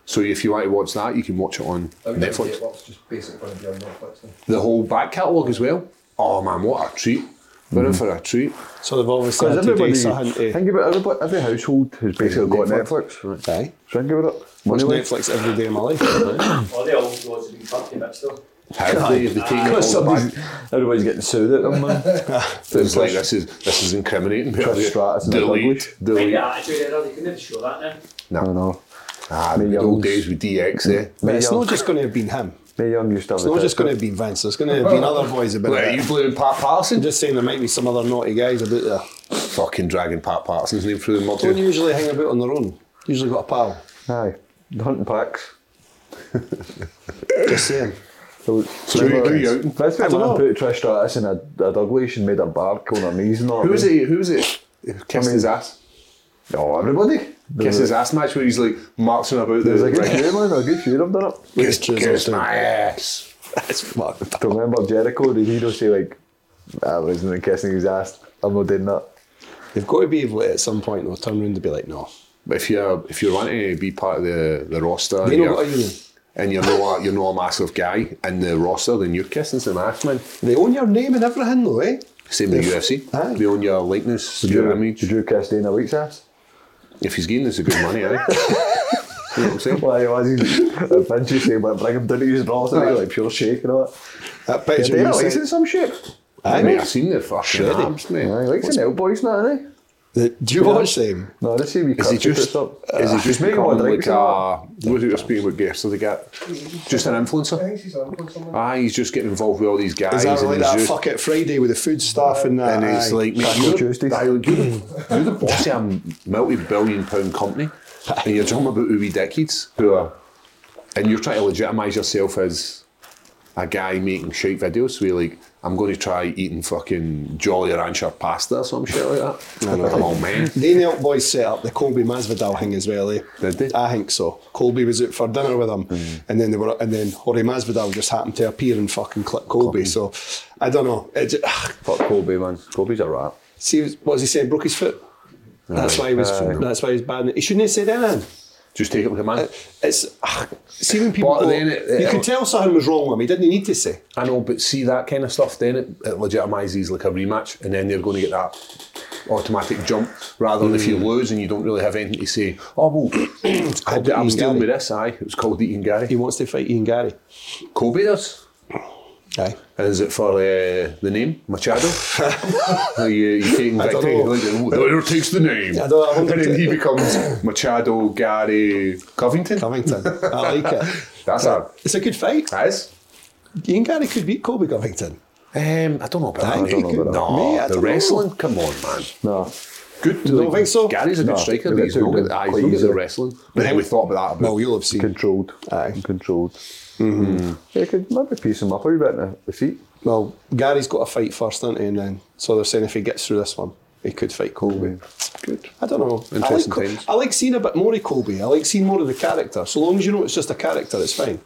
Speaker 2: So if you want to watch that, you can watch it on Netflix.
Speaker 5: Netflix. It's just basically going to be on Netflix. Then.
Speaker 2: The whole back catalogue as well. Oh man, what a treat! We're
Speaker 3: Mm-hmm.
Speaker 2: in for a treat.
Speaker 4: So they've obviously
Speaker 3: Because
Speaker 4: had to do
Speaker 3: everybody,
Speaker 4: something. to-
Speaker 3: think about everybody, every household has basically got Netflix. Right.
Speaker 4: Aye.
Speaker 3: So think about it.
Speaker 4: Watch
Speaker 3: Money-wise.
Speaker 4: Netflix every day of my
Speaker 2: [LAUGHS]
Speaker 4: life. aye.
Speaker 6: All the old roads have been fucked in bits though.
Speaker 2: Have they, have they taken
Speaker 3: [LAUGHS] Because
Speaker 2: all the back?
Speaker 3: somebody's, everybody's getting sued at them, man.
Speaker 2: It's like this is this is incriminating.
Speaker 3: Stratus and
Speaker 2: delete,
Speaker 6: Mind
Speaker 2: delete.
Speaker 6: the attitude error, you can never show that
Speaker 3: [LAUGHS]
Speaker 6: now.
Speaker 3: I don't know.
Speaker 2: Ah, the good old days with DX, eh?
Speaker 4: But it's
Speaker 3: Young.
Speaker 4: not just going to have been him.
Speaker 3: Neil Young used to have
Speaker 4: It's not just going to have been Vince. There's going to have been other boys a bit.
Speaker 2: Wait, are you
Speaker 4: of it.
Speaker 2: blaming Pat
Speaker 4: I'm
Speaker 2: Parsons?
Speaker 4: just saying there might be some other naughty guys about there.
Speaker 2: Fucking dragging Pat Parsons' name through the mud.
Speaker 4: Don't
Speaker 2: dude.
Speaker 4: usually hang about on their own. Usually got a pal.
Speaker 3: Aye. The hunting packs.
Speaker 4: Just saying.
Speaker 3: So,
Speaker 2: So who- who you outing?
Speaker 3: That's
Speaker 4: I
Speaker 3: when
Speaker 4: don't
Speaker 3: man
Speaker 4: know.
Speaker 3: put Trish Stratus in a, a Douglas and made her bark on her knees and all.
Speaker 2: Who was it? Who was it? Kissed his ass.
Speaker 3: Oh, everybody.
Speaker 2: Kiss
Speaker 3: There's
Speaker 2: his ass match where he's like marching about the
Speaker 3: a, there's
Speaker 2: [LAUGHS]
Speaker 3: a good
Speaker 2: ring.
Speaker 3: few, man. A good few of them done it.
Speaker 2: Kiss,
Speaker 4: Kiss
Speaker 2: kiss
Speaker 4: him.
Speaker 2: my ass.
Speaker 4: That's fucked.
Speaker 3: Do you remember Jericho? Did he just say, like, "Ah, I wasn't kissing his ass? I'm not doing that.
Speaker 4: They've got to be able to, at some point, though, turn around and be like, no.
Speaker 2: But if you're if you're wanting to be part of the, the roster
Speaker 4: They
Speaker 2: and
Speaker 4: know what I
Speaker 2: you're,
Speaker 4: mean.
Speaker 2: and you're not a, you're not a massive guy in the roster, then you're kissing some ass, man.
Speaker 4: They own your name and everything, though, eh?
Speaker 2: Same with the
Speaker 4: If-
Speaker 2: UFC.
Speaker 4: aye.
Speaker 2: They own your likeness, your
Speaker 3: you,
Speaker 2: image.
Speaker 3: did you kiss Dana White's ass?
Speaker 2: [LAUGHS] If he's getting us a good money, eh?
Speaker 3: You know what I'm saying? Why was he? Vinci saying, "Well, bring him down to use balls," and he's like pure shake and all that.
Speaker 4: That
Speaker 3: Yeah,
Speaker 4: picture
Speaker 3: they
Speaker 4: you
Speaker 3: are
Speaker 4: sent-
Speaker 3: liking some shit.
Speaker 2: Mate,
Speaker 4: Aye, mate.
Speaker 2: I've seen the fucking
Speaker 4: Shreddy.
Speaker 2: abs, mate.
Speaker 3: Yeah, he likes an boys now, isn't he?
Speaker 4: The- do you watch them?
Speaker 3: No, let's see. We
Speaker 2: Is he just? Is
Speaker 4: Uh,
Speaker 2: he just
Speaker 3: Ah, making one
Speaker 2: become
Speaker 3: drink?
Speaker 2: like a? What was it you were speaking about yesterday? Get just an influencer.
Speaker 5: think he's on for something.
Speaker 2: Ah, he's just getting involved with all these guys.
Speaker 4: Is that
Speaker 2: and
Speaker 4: like
Speaker 2: he's
Speaker 4: that
Speaker 2: just-
Speaker 4: fuck it Friday with the food stuff and that?
Speaker 2: And it's
Speaker 4: Aye.
Speaker 2: like, mate,
Speaker 3: Taco
Speaker 2: you're,
Speaker 3: Tuesdays.
Speaker 2: aye, like, you're, the, [CLEARS THROAT] you're the boss of a multi-billion pound company, and you're talking about wee dickheads who are, and you're trying to legitimise yourself as a guy making shite videos. Where you're like, I'm going to try eating fucking Jolly Rancher pasta or some shit like that. Come on, man.
Speaker 4: They knelt boys set up the Colby Masvidal thing as well, eh?
Speaker 2: Did they? Hmm.
Speaker 4: I think so. Colby was out for dinner with him, and then they were, and then Jorge Masvidal just happened to appear and fucking clip Colby. So I don't know. It just,
Speaker 3: Fuck Colby, man. Colby's a rat.
Speaker 4: see, what was he saying? Broke his foot. That's why he was. That's why he was bad. He shouldn't have said anything.
Speaker 2: Just take it like a man.
Speaker 4: It's ah, see when people.
Speaker 2: But
Speaker 4: go-
Speaker 2: then it-
Speaker 4: you
Speaker 2: it-
Speaker 4: could tell something was wrong with him. He didn't need to say.
Speaker 2: I know, but see that kind of stuff, then it, it legitimises like a rematch, and then they're going to get that automatic jump rather than
Speaker 4: Mm.
Speaker 2: if you lose and you don't really have anything to say. Oh,
Speaker 4: [CLEARS THROAT]
Speaker 2: well, I, d- I was
Speaker 4: Eating
Speaker 2: dealing
Speaker 4: Gary.
Speaker 2: with this, aye. It was called Eating Gary.
Speaker 4: He wants to fight Ian Gary.
Speaker 2: Kobe does.
Speaker 4: Aye.
Speaker 2: Is it for uh, the name,
Speaker 4: [LAUGHS]
Speaker 2: Machado? Are you, you taking
Speaker 4: I don't
Speaker 2: Victor?
Speaker 4: know.
Speaker 2: You're Like, oh, the winner takes the name.
Speaker 4: I don't- I
Speaker 2: and
Speaker 4: wonder-
Speaker 2: then he becomes Machado Gary Covington.
Speaker 4: Covington. I like it.
Speaker 2: [LAUGHS] That's a.
Speaker 4: It's a good fight.
Speaker 2: That is.
Speaker 4: Ian Gary could beat Colby Covington.
Speaker 2: Um, I don't know about
Speaker 4: I
Speaker 2: that.
Speaker 4: don't know
Speaker 2: mate.
Speaker 4: about that.
Speaker 2: No,
Speaker 4: Mate, I
Speaker 2: the
Speaker 4: don't know.
Speaker 2: wrestling, come on, man.
Speaker 3: No.
Speaker 2: Good.
Speaker 4: You don't think so?
Speaker 2: Gary's a good
Speaker 3: No,
Speaker 2: striker,
Speaker 3: he'll
Speaker 2: but
Speaker 3: get
Speaker 2: he's
Speaker 3: too
Speaker 2: not
Speaker 3: good
Speaker 2: good at
Speaker 3: quite
Speaker 2: he's not good
Speaker 3: easily.
Speaker 2: at wrestling. But then we thought about that. About
Speaker 4: Well, you'll have seen.
Speaker 3: Controlled.
Speaker 4: Aye.
Speaker 3: Controlled. Mm-hmm. Yeah, could maybe piece him up a wee bit in the feet.
Speaker 4: Well, Gary's got a fight first, isn't he? And then, so they're saying if he gets through this one, he could fight Colby. Good. I don't know.
Speaker 2: Interesting
Speaker 4: I like,
Speaker 2: times.
Speaker 4: I like seeing a bit more of Colby. I like seeing more of the character. So long as you know it's just a character, it's fine.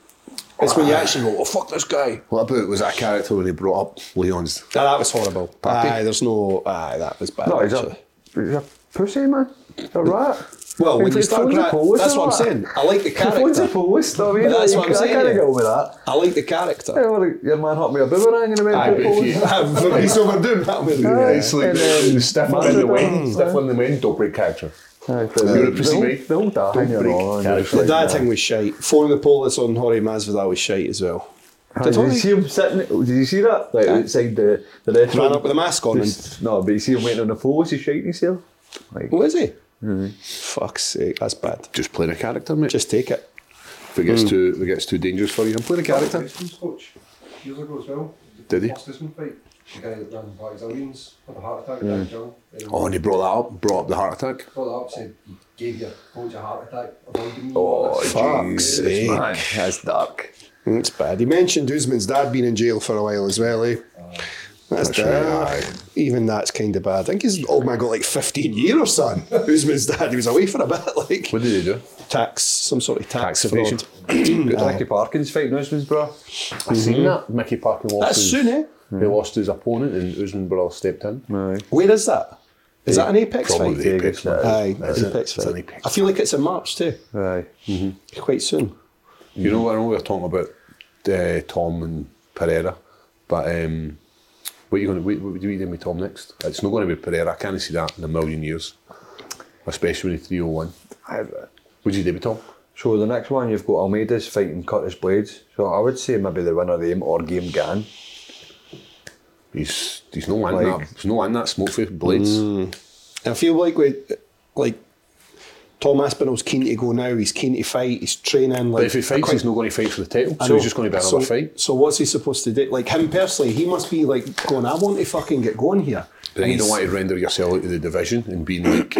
Speaker 4: It's
Speaker 2: Ah.
Speaker 4: when you actually go, oh, fuck this guy.
Speaker 2: what about was that character when he brought up Leon's?
Speaker 4: Ah, that was horrible.
Speaker 2: Pappy?
Speaker 4: Aye, there's no. Aye, that was bad.
Speaker 3: No, he's a,
Speaker 4: actually.
Speaker 3: he's a pussy, man. He's A rat.
Speaker 4: Well,
Speaker 3: He
Speaker 4: when you
Speaker 3: phones
Speaker 4: start
Speaker 3: the
Speaker 4: gra-
Speaker 3: police
Speaker 4: that's
Speaker 3: and
Speaker 4: what I'm
Speaker 3: all that.
Speaker 4: saying. I like the
Speaker 3: He phones the
Speaker 4: character.
Speaker 3: police, though, you
Speaker 4: But
Speaker 3: know,
Speaker 4: that's
Speaker 3: you
Speaker 4: what I'm
Speaker 3: can't- I
Speaker 4: saying,
Speaker 3: can't
Speaker 4: yeah.
Speaker 3: get with that.
Speaker 4: I like the
Speaker 3: Yeah,
Speaker 4: character.
Speaker 3: well, like, your man hot me a boomerang and a man
Speaker 4: Aye,
Speaker 3: put
Speaker 4: [LAUGHS] but
Speaker 2: [LAUGHS]
Speaker 4: if
Speaker 3: holes
Speaker 4: you,
Speaker 3: in it.
Speaker 4: he's overdoing that with
Speaker 2: It's like
Speaker 3: And then-
Speaker 2: the stiff one in the wind,
Speaker 3: Mm.
Speaker 2: stiff one in the wind, don't break character.
Speaker 3: Aye, but
Speaker 2: You're a
Speaker 3: the
Speaker 2: pussy,
Speaker 3: whole-
Speaker 2: mate.
Speaker 3: The whole da hanging
Speaker 2: break
Speaker 3: on. and
Speaker 2: character.
Speaker 3: just
Speaker 4: The
Speaker 3: like,
Speaker 4: dad
Speaker 3: nah.
Speaker 4: thing was shite. Phone the police on Jorge Masvidal was shite as well.
Speaker 3: Aye,
Speaker 4: Did
Speaker 3: Did you
Speaker 4: Jorge-
Speaker 3: see him sitting? Did you see that? Like
Speaker 4: Aye.
Speaker 3: outside the the restaurant.
Speaker 4: Ran up with a mask on and
Speaker 3: Just- No, but you see him waiting on the phone. He's shaking himself.
Speaker 4: What is he? Fuck's sake, that's bad.
Speaker 2: Just playing a character, mate.
Speaker 4: Just take it.
Speaker 2: If it gets too if it gets too dangerous for you, I'm playing a character.
Speaker 5: Houston's coach years ago as well.
Speaker 2: Did he?
Speaker 5: Houston fight. The guy that ran by Zillions had a heart attack down John.
Speaker 2: Oh, and he brought that up, brought up the heart attack.
Speaker 5: Brought that up, said he gave your coach a heart attack. avoiding
Speaker 2: Oh,
Speaker 5: this.
Speaker 2: Jesus,
Speaker 4: sake.
Speaker 2: man.
Speaker 3: That's dark.
Speaker 4: That's bad. He mentioned Usman's dad being in jail for a while as well, eh?
Speaker 2: Oh,
Speaker 4: That's, dark. Even that's kind of bad. I think his old man got like 15 year or son. [LAUGHS] Usman's dad, he was away for a bit, [LAUGHS] like
Speaker 2: What did he do?
Speaker 4: tax, some sort of tax,
Speaker 2: Tax evasion.
Speaker 4: fraud.
Speaker 2: [CLEARS THROAT]
Speaker 3: Ricky Parkins fighting Usman's bro.
Speaker 2: I Uh, seen that. Mickey Parker lost
Speaker 4: That's
Speaker 2: his,
Speaker 4: soon, eh?
Speaker 2: He lost his opponent and Usman Brawl stepped in.
Speaker 3: Aye.
Speaker 4: Where is that? Is that an Apex
Speaker 2: Probably
Speaker 4: fight?
Speaker 2: the Apex,
Speaker 3: Vegas,
Speaker 2: man.
Speaker 4: Aye,
Speaker 2: That's it.
Speaker 4: Apex
Speaker 2: It's an
Speaker 4: fight.
Speaker 2: Apex. mm-hmm.
Speaker 4: I feel like it's in March too.
Speaker 3: Aye.
Speaker 4: Quite soon.
Speaker 2: You know, I know we were talking about uh, Tom and Pereira, but um, what are you going to what, what are you doing with Tom next? It's not going to be Pereira. I can't see that in a million years, especially with 301.
Speaker 3: Aye.
Speaker 2: Would you oh do with Tom?
Speaker 3: So the next one you've got Almeida's fighting Curtis Blades. So I would say maybe the winner of them or Game Gan.
Speaker 2: He's he's no one
Speaker 3: Like-
Speaker 2: that he's no one that smoke for blades.
Speaker 4: Mm. I feel like we like Tom Aspinall's keen to go now. He's keen to fight. He's training. Like,
Speaker 2: But if he fights,
Speaker 4: quite-
Speaker 2: he's not going to fight for the title,
Speaker 4: I
Speaker 2: so
Speaker 4: know.
Speaker 2: he's just going to be another
Speaker 4: so,
Speaker 2: fight.
Speaker 4: So what's he supposed to do? Like him personally, he must be like going. I want to fucking get going here.
Speaker 2: But you
Speaker 4: he's-
Speaker 2: don't want to render yourself out of the division and being like,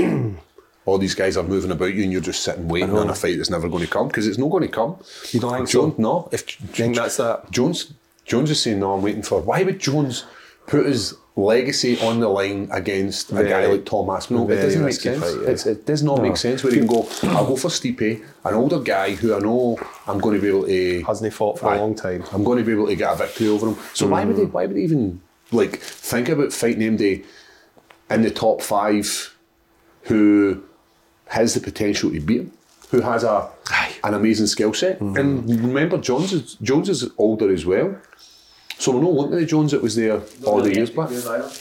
Speaker 2: [CLEARS THROAT] all these guys are moving about you and you're just sitting waiting on a fight that's never going to come because it's not going to come.
Speaker 4: You don't think
Speaker 2: Jones,
Speaker 4: so?
Speaker 2: No. If
Speaker 4: think that's that?
Speaker 2: Jones, Jones is saying, no, I'm waiting for. Why would Jones put his legacy on the line against a guy
Speaker 3: Very-
Speaker 2: like Tom Aspinall? It
Speaker 3: very
Speaker 2: doesn't make
Speaker 3: risky
Speaker 2: sense.
Speaker 3: fight, yeah.
Speaker 2: It's, it does not make sense where he can go, I'll go for Stipe, an older guy who I know I'm going to be able to.
Speaker 4: Hasn't he fought for a
Speaker 2: Aye.
Speaker 4: long time?
Speaker 2: I'm going to be able to get a victory over him. So why would he? Why would he even like think about fighting MD in the top five, who has the potential to beat him, who has a an amazing skill set? And remember, Jones is Jones is older as well. So we're not looking at the Jones that was there all the years back.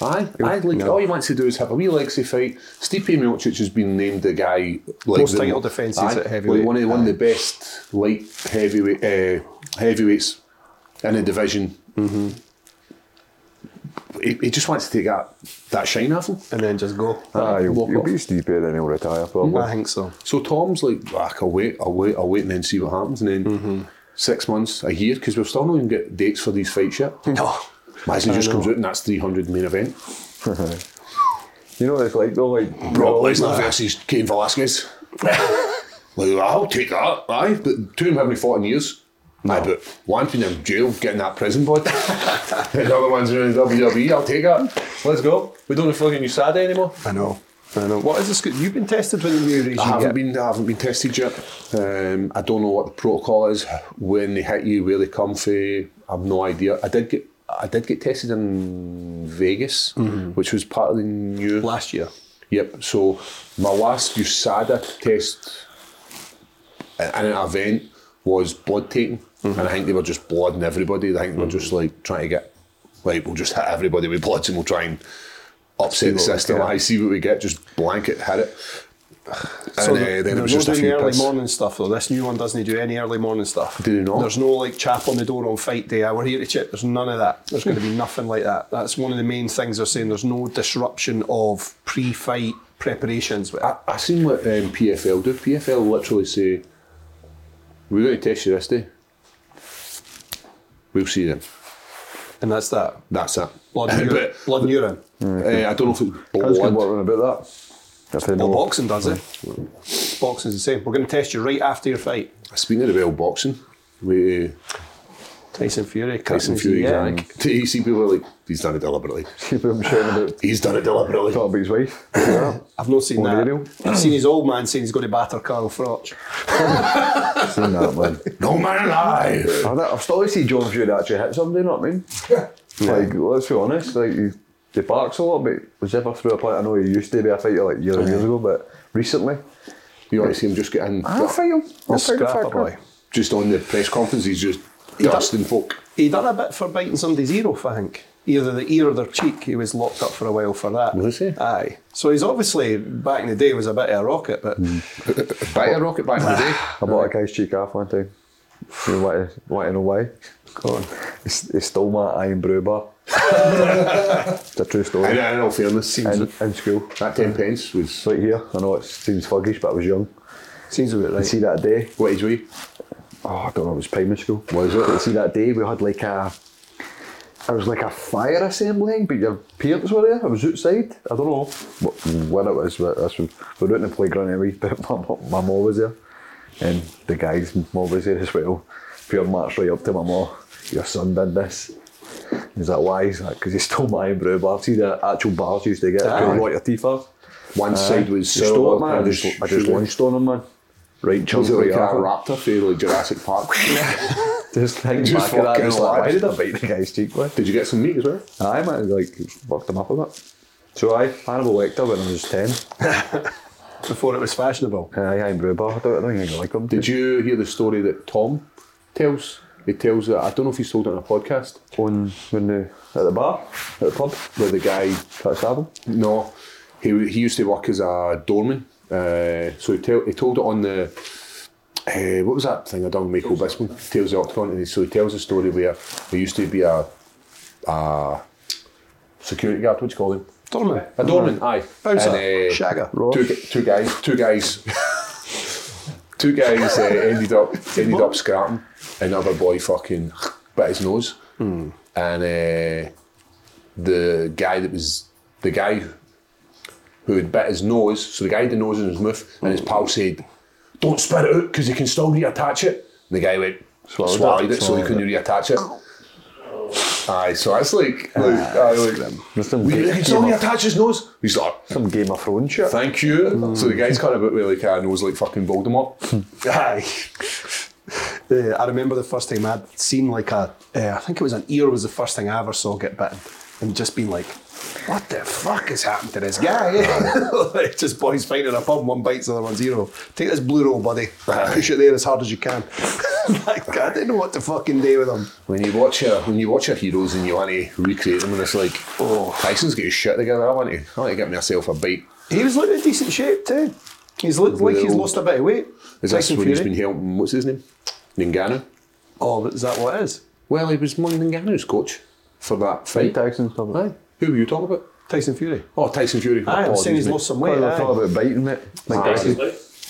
Speaker 2: Aye, aye. Like,
Speaker 3: No.
Speaker 2: All you want to do is have a wee legacy fight. Stipe Miocic has been named the guy like
Speaker 4: Most
Speaker 2: the-
Speaker 4: title defences
Speaker 2: aye,
Speaker 4: at
Speaker 2: like
Speaker 4: heavyweight.
Speaker 2: one of one of the best light heavyweight uh, heavyweights in the division.
Speaker 4: Mm-hmm.
Speaker 2: He, he just wants to take that that shine off him.
Speaker 4: and then just go.
Speaker 3: Ah, you'll,
Speaker 2: Walk
Speaker 3: you'll
Speaker 2: off.
Speaker 3: be Steve Bear then he'll retire probably.
Speaker 4: I think so.
Speaker 2: So Tom's like, "Fuck, I'll wait, I'll wait, I'll wait, and then see what happens." And then
Speaker 4: Mm-hmm.
Speaker 2: six months, a year, because we've still not even get dates for these fights yet.
Speaker 4: [LAUGHS] No.
Speaker 2: Imagine he just
Speaker 4: I
Speaker 2: comes
Speaker 4: know.
Speaker 2: out and that's 300 main event.
Speaker 3: [LAUGHS] You know what it's like though, like
Speaker 2: Brock Lesnar versus Cain Velasquez.
Speaker 4: [LAUGHS]
Speaker 2: like, I'll take that, aye. But two of them haven't fought in years. Aye, but one's been in jail getting that prison [LAUGHS] bod. and the other one's in the WWE, I'll take that. Let's go. We don't have fucking USADA anymore.
Speaker 4: I know. I know. What is this? good- You've been tested with the new regime.
Speaker 2: I haven't
Speaker 4: yet?
Speaker 2: been. I haven't been tested yet. Um, I don't know what the protocol is when they hit you, where they come from. I've no idea. I did get. I did get tested in Vegas, which was part of the new.
Speaker 4: Mm-hmm. last year.
Speaker 2: Yep. So my last USADA test in an event was blood taking,
Speaker 4: Mm-hmm.
Speaker 2: and I think they were just blooding everybody. I think they were just like trying to get like we'll just hit everybody with bloods and we'll try and upset the
Speaker 4: what we
Speaker 2: system.
Speaker 4: get.
Speaker 2: I see what we get. Just blanket hit it.
Speaker 4: So
Speaker 2: and, uh,
Speaker 4: the-
Speaker 2: then it
Speaker 4: they're
Speaker 2: was
Speaker 4: not
Speaker 2: just a
Speaker 4: doing
Speaker 2: few
Speaker 4: early
Speaker 2: piss.
Speaker 4: morning stuff though. This new one doesn't do any early morning stuff.
Speaker 2: Do they not?
Speaker 4: There's no like chap on the door on fight day. "Ah, We're here to check. There's none of that. There's going to be nothing like that. That's one of the main things they're saying. There's no disruption of pre-fight preparations.
Speaker 2: I, I seen what um, PFL do. PFL literally say, "We're going to test you this day. We'll see them.
Speaker 4: And that's that.
Speaker 2: That's it." [LAUGHS]
Speaker 4: Blood and urine.
Speaker 2: But,
Speaker 4: Blood and urine.
Speaker 2: uh, I don't know if it's
Speaker 3: I was going
Speaker 2: blood.
Speaker 3: about that. If they know. [LAUGHS]
Speaker 4: Well, boxing does it. Boxing's the same. We're going to test you right after your fight.
Speaker 2: Speaking of the bell boxing, we
Speaker 4: Tyson Fury.
Speaker 2: Tyson Fury. Yeah. [LAUGHS] You see people are like, he's done it deliberately.
Speaker 3: People were shouting about
Speaker 2: He's done it deliberately.
Speaker 3: talking about his wife. [COUGHS]
Speaker 4: I've not seen
Speaker 3: Or
Speaker 4: that.
Speaker 3: Ariel.
Speaker 4: I've seen his old man saying he's going to batter Carl Froch.
Speaker 3: Seen that man.
Speaker 2: No man alive.
Speaker 3: I've, I've still seen John Fury actually hit somebody, you know what I mean? Like, let's be honest, like, he, he barks a lot, but was ever through a point, I know he used to be a fighter like years and years ago, but recently,
Speaker 2: You want to see him just get in?
Speaker 3: I'll fight him. I'll
Speaker 4: This
Speaker 3: fight the
Speaker 4: scrapper
Speaker 3: fucker.
Speaker 4: boy.
Speaker 2: Just on the press conference, he's just dusting folk.
Speaker 4: He done a bit for biting somebody's ear off, I think. Either the ear or their cheek. He was locked up for a while for that.
Speaker 2: Was he?
Speaker 4: Aye. So he's obviously back in the day was a bit of a rocket, but
Speaker 2: Hmm. Buy a rocket back in the day.
Speaker 3: I bought a guy's cheek off one time. You want to, want to know why?
Speaker 4: go on.
Speaker 3: He, s- he stole my iron brew
Speaker 4: [LAUGHS]
Speaker 3: bar. it's a true
Speaker 2: And
Speaker 3: story.
Speaker 2: in all fairness,
Speaker 3: In,
Speaker 2: seems
Speaker 3: in school.
Speaker 2: that 10 pence was
Speaker 3: It's right here. I know it seems foggish, but I was young.
Speaker 4: Seems a bit
Speaker 3: And
Speaker 4: right.
Speaker 3: see that day,
Speaker 2: what age were you?
Speaker 3: oh, I don't know, it was primary school. Was it? see, that day we had like a, it was like a fire assembly, but your parents were there. I was outside. I don't know what, when it was, but that's when we were out in the playground anyway. [LAUGHS] But my, mu- my mum was there, and the guys' mum was there as well. Pure march right up to my mum. Your son did this. He's like, why? He's like, because he stole my own brew bar. See the actual bars you used to get.
Speaker 2: Ah.
Speaker 4: Aye.
Speaker 3: Aye. What your teeth are.
Speaker 2: One side was
Speaker 3: You stole it, man. I just, I just
Speaker 2: launched.
Speaker 3: launched on him, man. Right,
Speaker 2: Was
Speaker 3: chunk
Speaker 2: it like
Speaker 3: right
Speaker 2: a
Speaker 3: off him.
Speaker 2: raptor for like Jurassic
Speaker 3: [LAUGHS]
Speaker 2: Park?
Speaker 3: Just think
Speaker 2: Just
Speaker 3: back at that.
Speaker 2: fucking
Speaker 3: and It's like, why
Speaker 2: alive.
Speaker 3: did I bite the guy's cheek with?
Speaker 2: Did you get some meat as well?
Speaker 3: Aye, man, like fucked him up a bit. So I Hannibal Lecter when I was ten.
Speaker 4: Before it was fashionable.
Speaker 3: Aye, I'm Brubar. I don't, I don't think I like him.
Speaker 2: Did you hear the story that Tom tells? He tells that I don't know if he's told it on a podcast.
Speaker 3: on when the at the bar at the pub?
Speaker 2: Where the guy,
Speaker 3: Try to stab him.
Speaker 2: no, he he used to work as a doorman. Uh, so he, tell, he told it on the uh, what was that thing I done with Michael Bisping? Tales of the Octagon. And he, so he tells a story where he used to be a, a security guard. What do you call him?
Speaker 4: Dorman.
Speaker 2: A doorman. Aye.
Speaker 4: Bowser.
Speaker 2: And, uh,
Speaker 4: Shagger.
Speaker 2: two, two guys, two guys, two guys [LAUGHS] uh, ended
Speaker 4: [LAUGHS]
Speaker 2: up ended up scrapping. Another boy fucking bit his nose,
Speaker 4: Hmm.
Speaker 2: and uh, the guy that was the guy who had bit his nose. So the guy had the nose in his mouth, and his pal said, "Don't spit it out because you can still reattach it." And the guy went swallowed,
Speaker 3: it.
Speaker 2: it, so he
Speaker 3: Swallowed
Speaker 2: couldn't reattach it. Aye, so that's like, like, aye, like
Speaker 3: That's some,
Speaker 2: we, you
Speaker 3: game,
Speaker 2: can still
Speaker 3: game of,
Speaker 2: reattach his nose. He's like,
Speaker 3: some Game of Thrones shit.
Speaker 2: Thank you. So the guy's kind of about really kind of knows like fucking Voldemort.
Speaker 4: Aye. [LAUGHS] Yeah, Uh, I remember the first time I'd seen like a, uh, I think it was an ear was the first thing I ever saw get bitten, and just being like, what the fuck has happened to this guy? [LAUGHS] Like, just boys fighting in a pub, one bites the other one's ear off. Take this blue roll, buddy. Push it there as hard as you can. [LAUGHS] like, I didn't know what to fucking do with him.
Speaker 2: When you watch your when you watch your heroes and you want to recreate them, and it's like, oh, Tyson's got his shit together. I want to, I want to get myself a bite.
Speaker 4: He was looking in decent shape too. He's looked like he's
Speaker 2: Well-
Speaker 4: lost a bit of weight.
Speaker 2: Is this when he's been helping? What's his name? Ngannou.
Speaker 4: Oh, is that what it is?
Speaker 2: Well, he was one of Ngannou's coach for that fight.
Speaker 3: Tyson's probably.
Speaker 2: Aye. Who were you talking about?
Speaker 4: Tyson Fury.
Speaker 2: Oh, Tyson Fury.
Speaker 4: Aye, I'm
Speaker 2: Apologies,
Speaker 4: saying he's
Speaker 2: mate.
Speaker 4: lost some weight.
Speaker 3: Probably
Speaker 4: aye.
Speaker 3: thought about biting it. Like Tyson.
Speaker 6: Basically.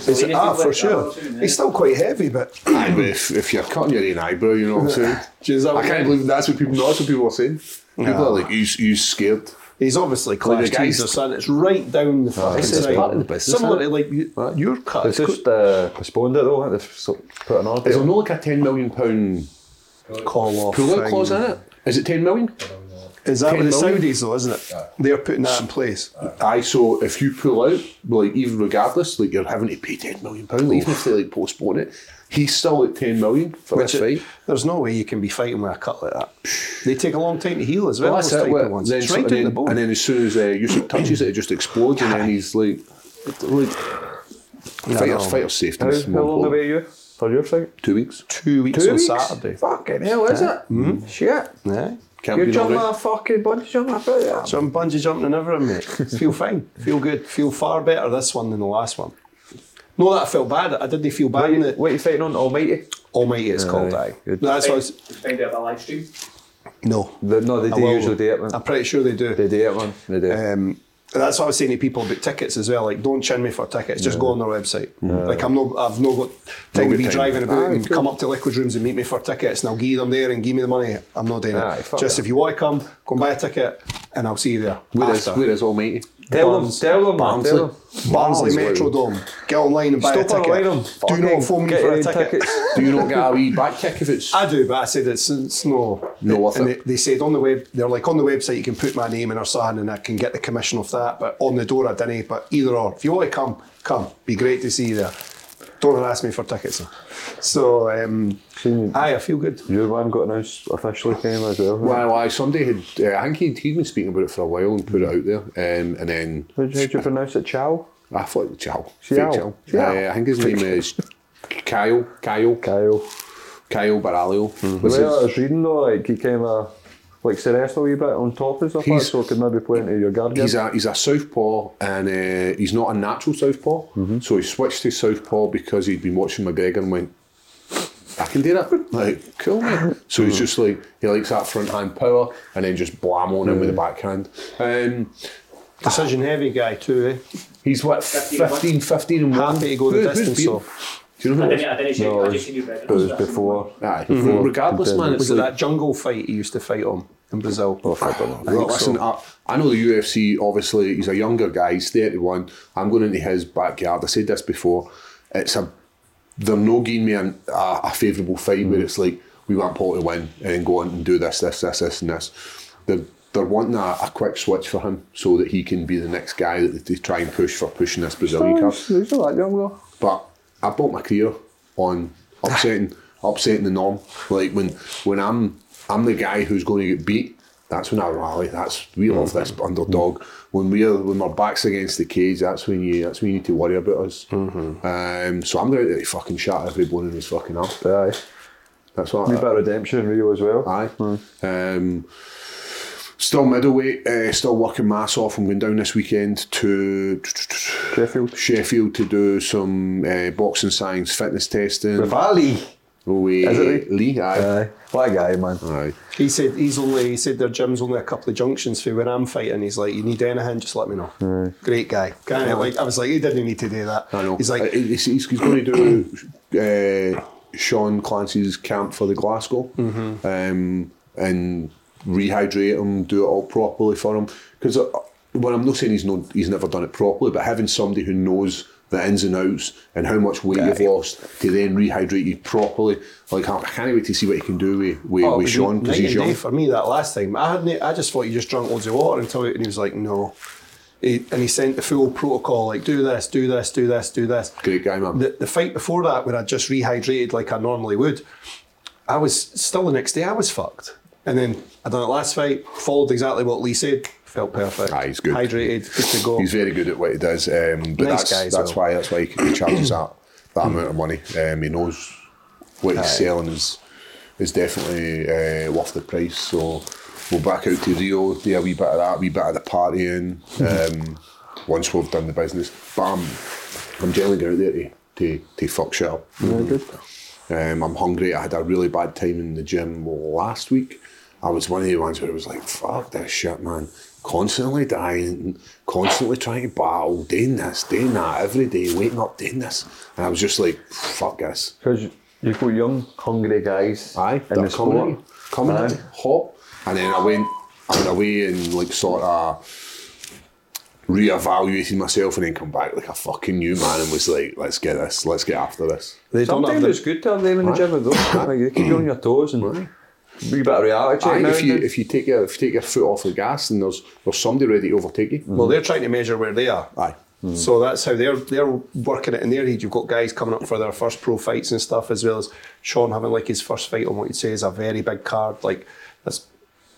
Speaker 6: So
Speaker 4: It's-
Speaker 6: he
Speaker 4: ah,
Speaker 6: did like
Speaker 4: for
Speaker 6: that
Speaker 4: sure.
Speaker 6: one too, innit?
Speaker 4: He's still quite heavy, but
Speaker 2: [COUGHS] Aye, but if, if you're cutting your own eyebrow, you know what I'm
Speaker 4: [COUGHS]
Speaker 2: saying?
Speaker 4: Jeez, that
Speaker 2: I
Speaker 4: was-
Speaker 2: can't believe that's what people. That's what people are saying. People
Speaker 4: Yeah.
Speaker 2: are like, "You, you scared?"
Speaker 4: he's obviously
Speaker 2: the
Speaker 4: clashed
Speaker 2: guys-
Speaker 4: Jesus, son. It's right down the fucking
Speaker 2: it's
Speaker 4: side.
Speaker 2: part of the business,
Speaker 4: Similar
Speaker 2: isn't
Speaker 4: to like you- your cut.
Speaker 3: It's just uh, postponed it though. They've sort of put an order.
Speaker 2: Is there not like a ten million pound
Speaker 4: call off.
Speaker 2: pull-out
Speaker 4: thing.
Speaker 2: clause in it? Is it ten million?
Speaker 4: Is that
Speaker 2: 10
Speaker 4: with the
Speaker 2: million?
Speaker 4: Saudis though, isn't it? They're putting that in place.
Speaker 2: Aye, so if you pull out, like even regardless, like you're having to pay ten million pounds, like, even if they like postpone it, he's still at ten million for
Speaker 4: Which
Speaker 2: this
Speaker 4: it-
Speaker 2: fight.
Speaker 4: there's no way you can be fighting with a cut like that. They take a long time to heal as well.
Speaker 2: Well, that's
Speaker 4: those
Speaker 2: it.
Speaker 4: type
Speaker 2: well,
Speaker 4: of ones.
Speaker 2: Then,
Speaker 4: It's
Speaker 2: so-
Speaker 4: right
Speaker 2: and,
Speaker 4: down
Speaker 2: then,
Speaker 4: the bone.
Speaker 2: and then as soon as uh, Usyk touches it, it just explodes, and then he's like, like fighter,
Speaker 4: no.
Speaker 2: fighter safety.
Speaker 3: How,
Speaker 2: is
Speaker 3: how
Speaker 2: more
Speaker 3: long
Speaker 2: important.
Speaker 3: away are you for your fight?
Speaker 2: Two weeks.
Speaker 4: two weeks on Saturday.
Speaker 3: Fucking hell, is it? Shit.
Speaker 4: Yeah.
Speaker 2: Can't
Speaker 3: You're
Speaker 2: be no
Speaker 3: jumping
Speaker 2: good.
Speaker 3: a fucking bungee jump. I bet you are.
Speaker 4: So I'm bungee jumping and
Speaker 2: [LAUGHS]
Speaker 4: everything, mate. feel fine. Feel good. Feel far better this one than the last one. No, that I felt bad. I didn't feel bad in it.
Speaker 3: What are you fighting on? Almighty?
Speaker 4: Almighty it's called, aye.
Speaker 3: good.
Speaker 4: That's what I was,
Speaker 6: Find- Find out the live stream.
Speaker 4: no.
Speaker 3: The, no, they
Speaker 4: I
Speaker 3: do
Speaker 4: will-
Speaker 3: usually do it, man.
Speaker 4: I'm pretty sure they do.
Speaker 3: They do it, man. They do.
Speaker 4: Um, that's what I was saying to people about tickets as well. Like, don't chin me for tickets. Just go on their website. Like, I'm no, I've no got time
Speaker 2: No
Speaker 4: to be
Speaker 2: good time.
Speaker 4: driving about
Speaker 2: Aye,
Speaker 4: and
Speaker 2: cool.
Speaker 4: come up to Liquid Rooms and meet me for tickets, and I'll give them there and give me the money. I'm not doing
Speaker 3: Aye,
Speaker 4: it.
Speaker 3: fuck
Speaker 4: Just
Speaker 3: that.
Speaker 4: if you want to come, go and buy a ticket, and I'll see you there.
Speaker 2: Where is,
Speaker 4: after.
Speaker 2: where is Almighty?
Speaker 3: tell them,
Speaker 4: Barnes-
Speaker 3: tell them, man. Tell them.
Speaker 4: Barnsley
Speaker 2: Barnsley.
Speaker 4: Metrodome. Get online and buy a
Speaker 3: Stop
Speaker 4: ticket.
Speaker 3: online them.
Speaker 4: Do
Speaker 3: Fucking
Speaker 4: not phone me
Speaker 3: get
Speaker 4: for a
Speaker 3: any
Speaker 4: ticket.
Speaker 3: tickets.
Speaker 2: Do you not get a wee back kick if it's
Speaker 4: I do, but I said it's, it's no.
Speaker 2: No worth
Speaker 4: and
Speaker 2: it.
Speaker 4: They, they said on the web, they're like on the website you can put my name in or something, and I can get the commission off that. But on the door I didn't. But either or, if you want to come, come. Be great to see you there. Don't ask me for tickets. though. So, um,
Speaker 3: Seen-
Speaker 4: aye, I feel good.
Speaker 3: Your one got announced officially came as well.
Speaker 2: Well, I somebody had. Uh, I think he'd, he'd been speaking about it for a while and put it out there, um, and then
Speaker 3: How did you- how'd you pronounce it? Chow?
Speaker 2: I thought it was Chow.
Speaker 3: Chow.
Speaker 2: Fake Chow.
Speaker 3: Chow.
Speaker 2: Uh, I think his name is Kyle. Kyle.
Speaker 3: Kyle.
Speaker 2: Kyle Baralio. Was
Speaker 3: Well, I
Speaker 2: his-
Speaker 3: was reading though, like he came a like Cerezo a wee bit on top and stuff like that,
Speaker 2: He's-
Speaker 3: so could maybe play into your guard game.
Speaker 2: He's a he's a southpaw and uh, he's not a natural southpaw, so he switched to southpaw because he'd been watching McGregor and went, "I can do that." Like, cool man. So he's just like he likes that front hand power and then just blam on him with the backhand. Um,
Speaker 4: Decision heavy guy too. Eh?
Speaker 2: He's what
Speaker 6: 15 and
Speaker 2: 15, 15 and 1.
Speaker 4: Happy to go the
Speaker 2: Who- who's
Speaker 4: distance.
Speaker 2: beat him?
Speaker 4: So,
Speaker 2: Do you know
Speaker 6: I
Speaker 2: who it
Speaker 6: didn't,
Speaker 2: was?
Speaker 6: I didn't see
Speaker 3: No,
Speaker 6: I just seen you read
Speaker 3: But it was before.
Speaker 2: Aye, well, regardless, man, it's
Speaker 4: was it
Speaker 2: like,
Speaker 4: that jungle fight he used to fight on in Brazil?
Speaker 3: Oh, I don't know.
Speaker 2: well, listen, I, I know the UFC, obviously, he's a younger guy, he's 31. I'm going into his backyard. I said this before. It's a, they're not giving me an, a, a favourable fight where it's like, we want Paul to win and then go on and do this, this, this, this, and this. They're, they're wanting a, a quick switch for him so that he can be the next guy that they try and push for pushing this Brazilian card.
Speaker 3: Oh, He's, he's not that young though.
Speaker 2: But I built my career on upsetting upsetting the norm. Like when when I'm I'm the guy who's going to get beat. That's when I rally. That's we love this underdog. When we're when our backs against the cage, that's when you that's when you need to worry about us. Um, so I'm going to fucking shatter every bone in his fucking arm.
Speaker 3: Aye.
Speaker 2: That's what.
Speaker 3: Wee
Speaker 2: I,
Speaker 3: bit of redemption in Rio as well.
Speaker 2: Aye. Um, still middleweight. Uh, still working my ass off. I'm going down this weekend to
Speaker 3: Sheffield.
Speaker 2: Sheffield to do some uh, boxing science fitness testing.
Speaker 3: Valley.
Speaker 2: Lee,
Speaker 3: Is it
Speaker 2: Lee? Aye.
Speaker 3: Aye. What a guy, man.
Speaker 2: Aye.
Speaker 4: He said he's only. He said their gym's only a couple of junctions from where I'm fighting. He's like, you need anything, just let me know. Great guy. Guy, like I was like, he didn't need to do that.
Speaker 2: I know.
Speaker 4: He's like,
Speaker 2: Uh, he's, he's, going to do [COUGHS] uh, Sean Clancy's camp for the Glasgow
Speaker 4: Mm-hmm.
Speaker 2: um, and rehydrate him, do it all properly for him. Because uh, well, I'm not saying he's not he's never done it properly, but having somebody who knows the ins and outs and how much weight you've lost to then rehydrate you properly, like I, I can't wait to see what he can do with with,
Speaker 4: it
Speaker 2: with
Speaker 4: was
Speaker 2: Sean because
Speaker 4: Oh, night
Speaker 2: he's
Speaker 4: and day
Speaker 2: young.
Speaker 4: for me that last time. I hadn't. I just thought you just drank loads of water until and he was like, no. He, and he sent the full protocol like do this, do this, do this, do this.
Speaker 2: Great guy, man.
Speaker 4: The, the fight before that, where I just rehydrated like I normally would, I was still the next day. I was fucked. And then I done it last fight. Followed exactly what Lee said. Felt perfect.
Speaker 2: Aye, Ah, he's good.
Speaker 4: Hydrated, good to go.
Speaker 2: He's very good at what he does. Um, but
Speaker 4: Nice
Speaker 2: that's,
Speaker 4: guy as
Speaker 2: that's
Speaker 4: well.
Speaker 2: why that's why he, he charges that that amount of money. Um, he knows what he's selling is is definitely uh, worth the price. So we'll back out to Rio, do a wee bit of that, wee bit of the partying. Um, once we've done the business, bam, I'm generally going out there to to, to fuck shit up. Um, I'm hungry. I had a really bad time in the gym last week. I was one of the ones where I was like, fuck this shit, man. Constantly dying, constantly trying to battle, doing this, doing that, every day, waking up, doing this. And I was just like, fuck this.
Speaker 3: Because you've got young, hungry guys
Speaker 2: Aye,
Speaker 3: in
Speaker 2: they're
Speaker 3: the
Speaker 2: coming at
Speaker 3: sport.
Speaker 2: you, coming at
Speaker 3: Aye.
Speaker 2: you, hot. And then I went, I went away and like sort of re-evaluated myself and then come back like a fucking new man and was like, let's get this, let's get after this.
Speaker 4: They don't have
Speaker 3: Sometimes
Speaker 4: the
Speaker 3: it's good to have them in the gym, though. like, they keep you on your toes and be a bit of reality check
Speaker 2: Aye,
Speaker 3: now
Speaker 2: if
Speaker 3: and
Speaker 2: you
Speaker 3: then.
Speaker 2: if you take your if you take your foot off the gas and there's there's somebody ready to overtake you.
Speaker 4: Well, they're trying to measure where they are.
Speaker 2: Aye. Hmm.
Speaker 4: So that's how they're they're working it in their head. You've got guys coming up for their first pro fights and stuff, as well as Sean having like his first fight on what you'd say is a very big card. Like that's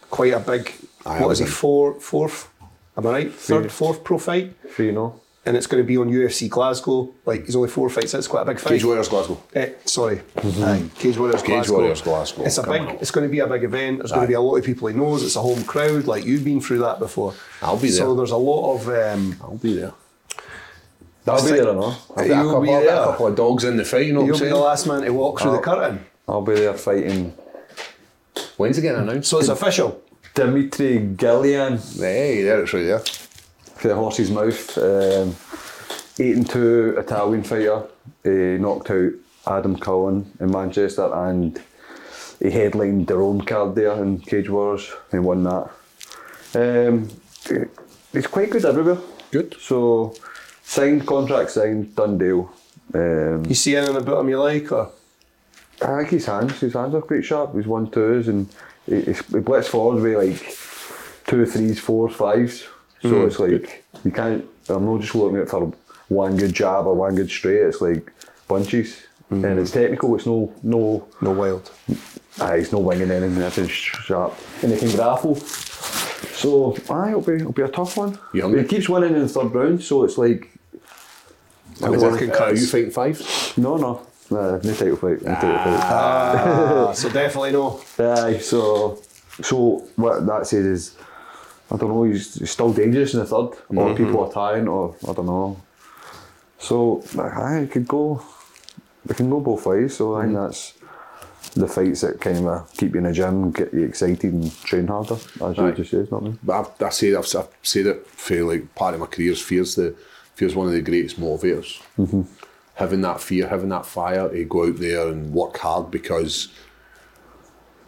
Speaker 4: quite a big.
Speaker 2: Aye, I
Speaker 4: what
Speaker 2: was
Speaker 4: is he?
Speaker 2: in.
Speaker 4: Four, fourth? Am I right? Third, fourth pro fight,
Speaker 3: So you know.
Speaker 4: and it's going to be on UFC Glasgow. Like he's only four fights. That's quite a big fight.
Speaker 2: Cage Warriors Glasgow.
Speaker 4: Eh, sorry, Aye. Cage Warriors
Speaker 2: Cage
Speaker 4: Glasgow.
Speaker 2: Warriors Glasgow,
Speaker 4: It's a
Speaker 2: come
Speaker 4: big.
Speaker 2: on.
Speaker 4: It's going to be a big event. There's going
Speaker 2: Aye.
Speaker 4: to be a lot of people he knows. It's a home crowd. Like you've been through that before.
Speaker 2: I'll be
Speaker 4: So
Speaker 2: there.
Speaker 4: there's a lot of. Um,
Speaker 2: I'll be there.
Speaker 3: I'll be
Speaker 4: Like-
Speaker 3: there or not.
Speaker 2: I've
Speaker 4: You'll
Speaker 2: got, a couple,
Speaker 4: be
Speaker 2: I've got
Speaker 4: there.
Speaker 2: a couple of dogs in the fight, you know
Speaker 4: You'll
Speaker 2: what Oh.
Speaker 4: be
Speaker 2: I'm
Speaker 4: the
Speaker 2: saying?
Speaker 4: last man to walk through the curtain.
Speaker 3: I'll be there fighting
Speaker 2: When's it getting announced?
Speaker 4: So it's official.
Speaker 3: Dimitri Gillian
Speaker 2: hey, there it's right there.
Speaker 3: for the horse's mouth. Um, 8 and 2 Italian fighter. He knocked out Adam Cullen in Manchester and he headlined their own card there in Cage Wars and won that. Um, he's quite good everywhere.
Speaker 2: Good.
Speaker 3: So, signed contract, signed, done deal. Um,
Speaker 4: You see anything about him you like, or
Speaker 3: I like his hands. His hands are quite sharp. He's one twos and he, he he blitz forward with like two threes, fours, fives. So it's like you can't. I'm not just looking at for one good jab or one good straight. It's like bunches and it's technical. It's no no.
Speaker 4: no wild?
Speaker 3: Aye, he's no winging anything. Everything's sharp and he can grapple. So aye, it'll be it'll be a tough one.
Speaker 2: You hungry?
Speaker 3: He keeps winning in the third round, so it's like
Speaker 2: Is
Speaker 4: working
Speaker 2: that- Are
Speaker 4: class.
Speaker 2: you fighting five?
Speaker 3: no no. Nah, no title fight. No title fight.
Speaker 4: Ah, so definitely no.
Speaker 3: Aye, so so what that says is, I don't know. He's, he's still dangerous in the 3rd or people are tying, or I don't know. So like, aye, it could go, it can go both ways. So I think that's the fights that kind of keep you in the gym, get you excited, and train harder, as you
Speaker 2: Aye.
Speaker 3: just said, not me.
Speaker 2: But I've, I say I've, I've said it for like part of my career. is Fear's the fear's one of the greatest motivators. Having that fear, having that fire to go out there and work hard because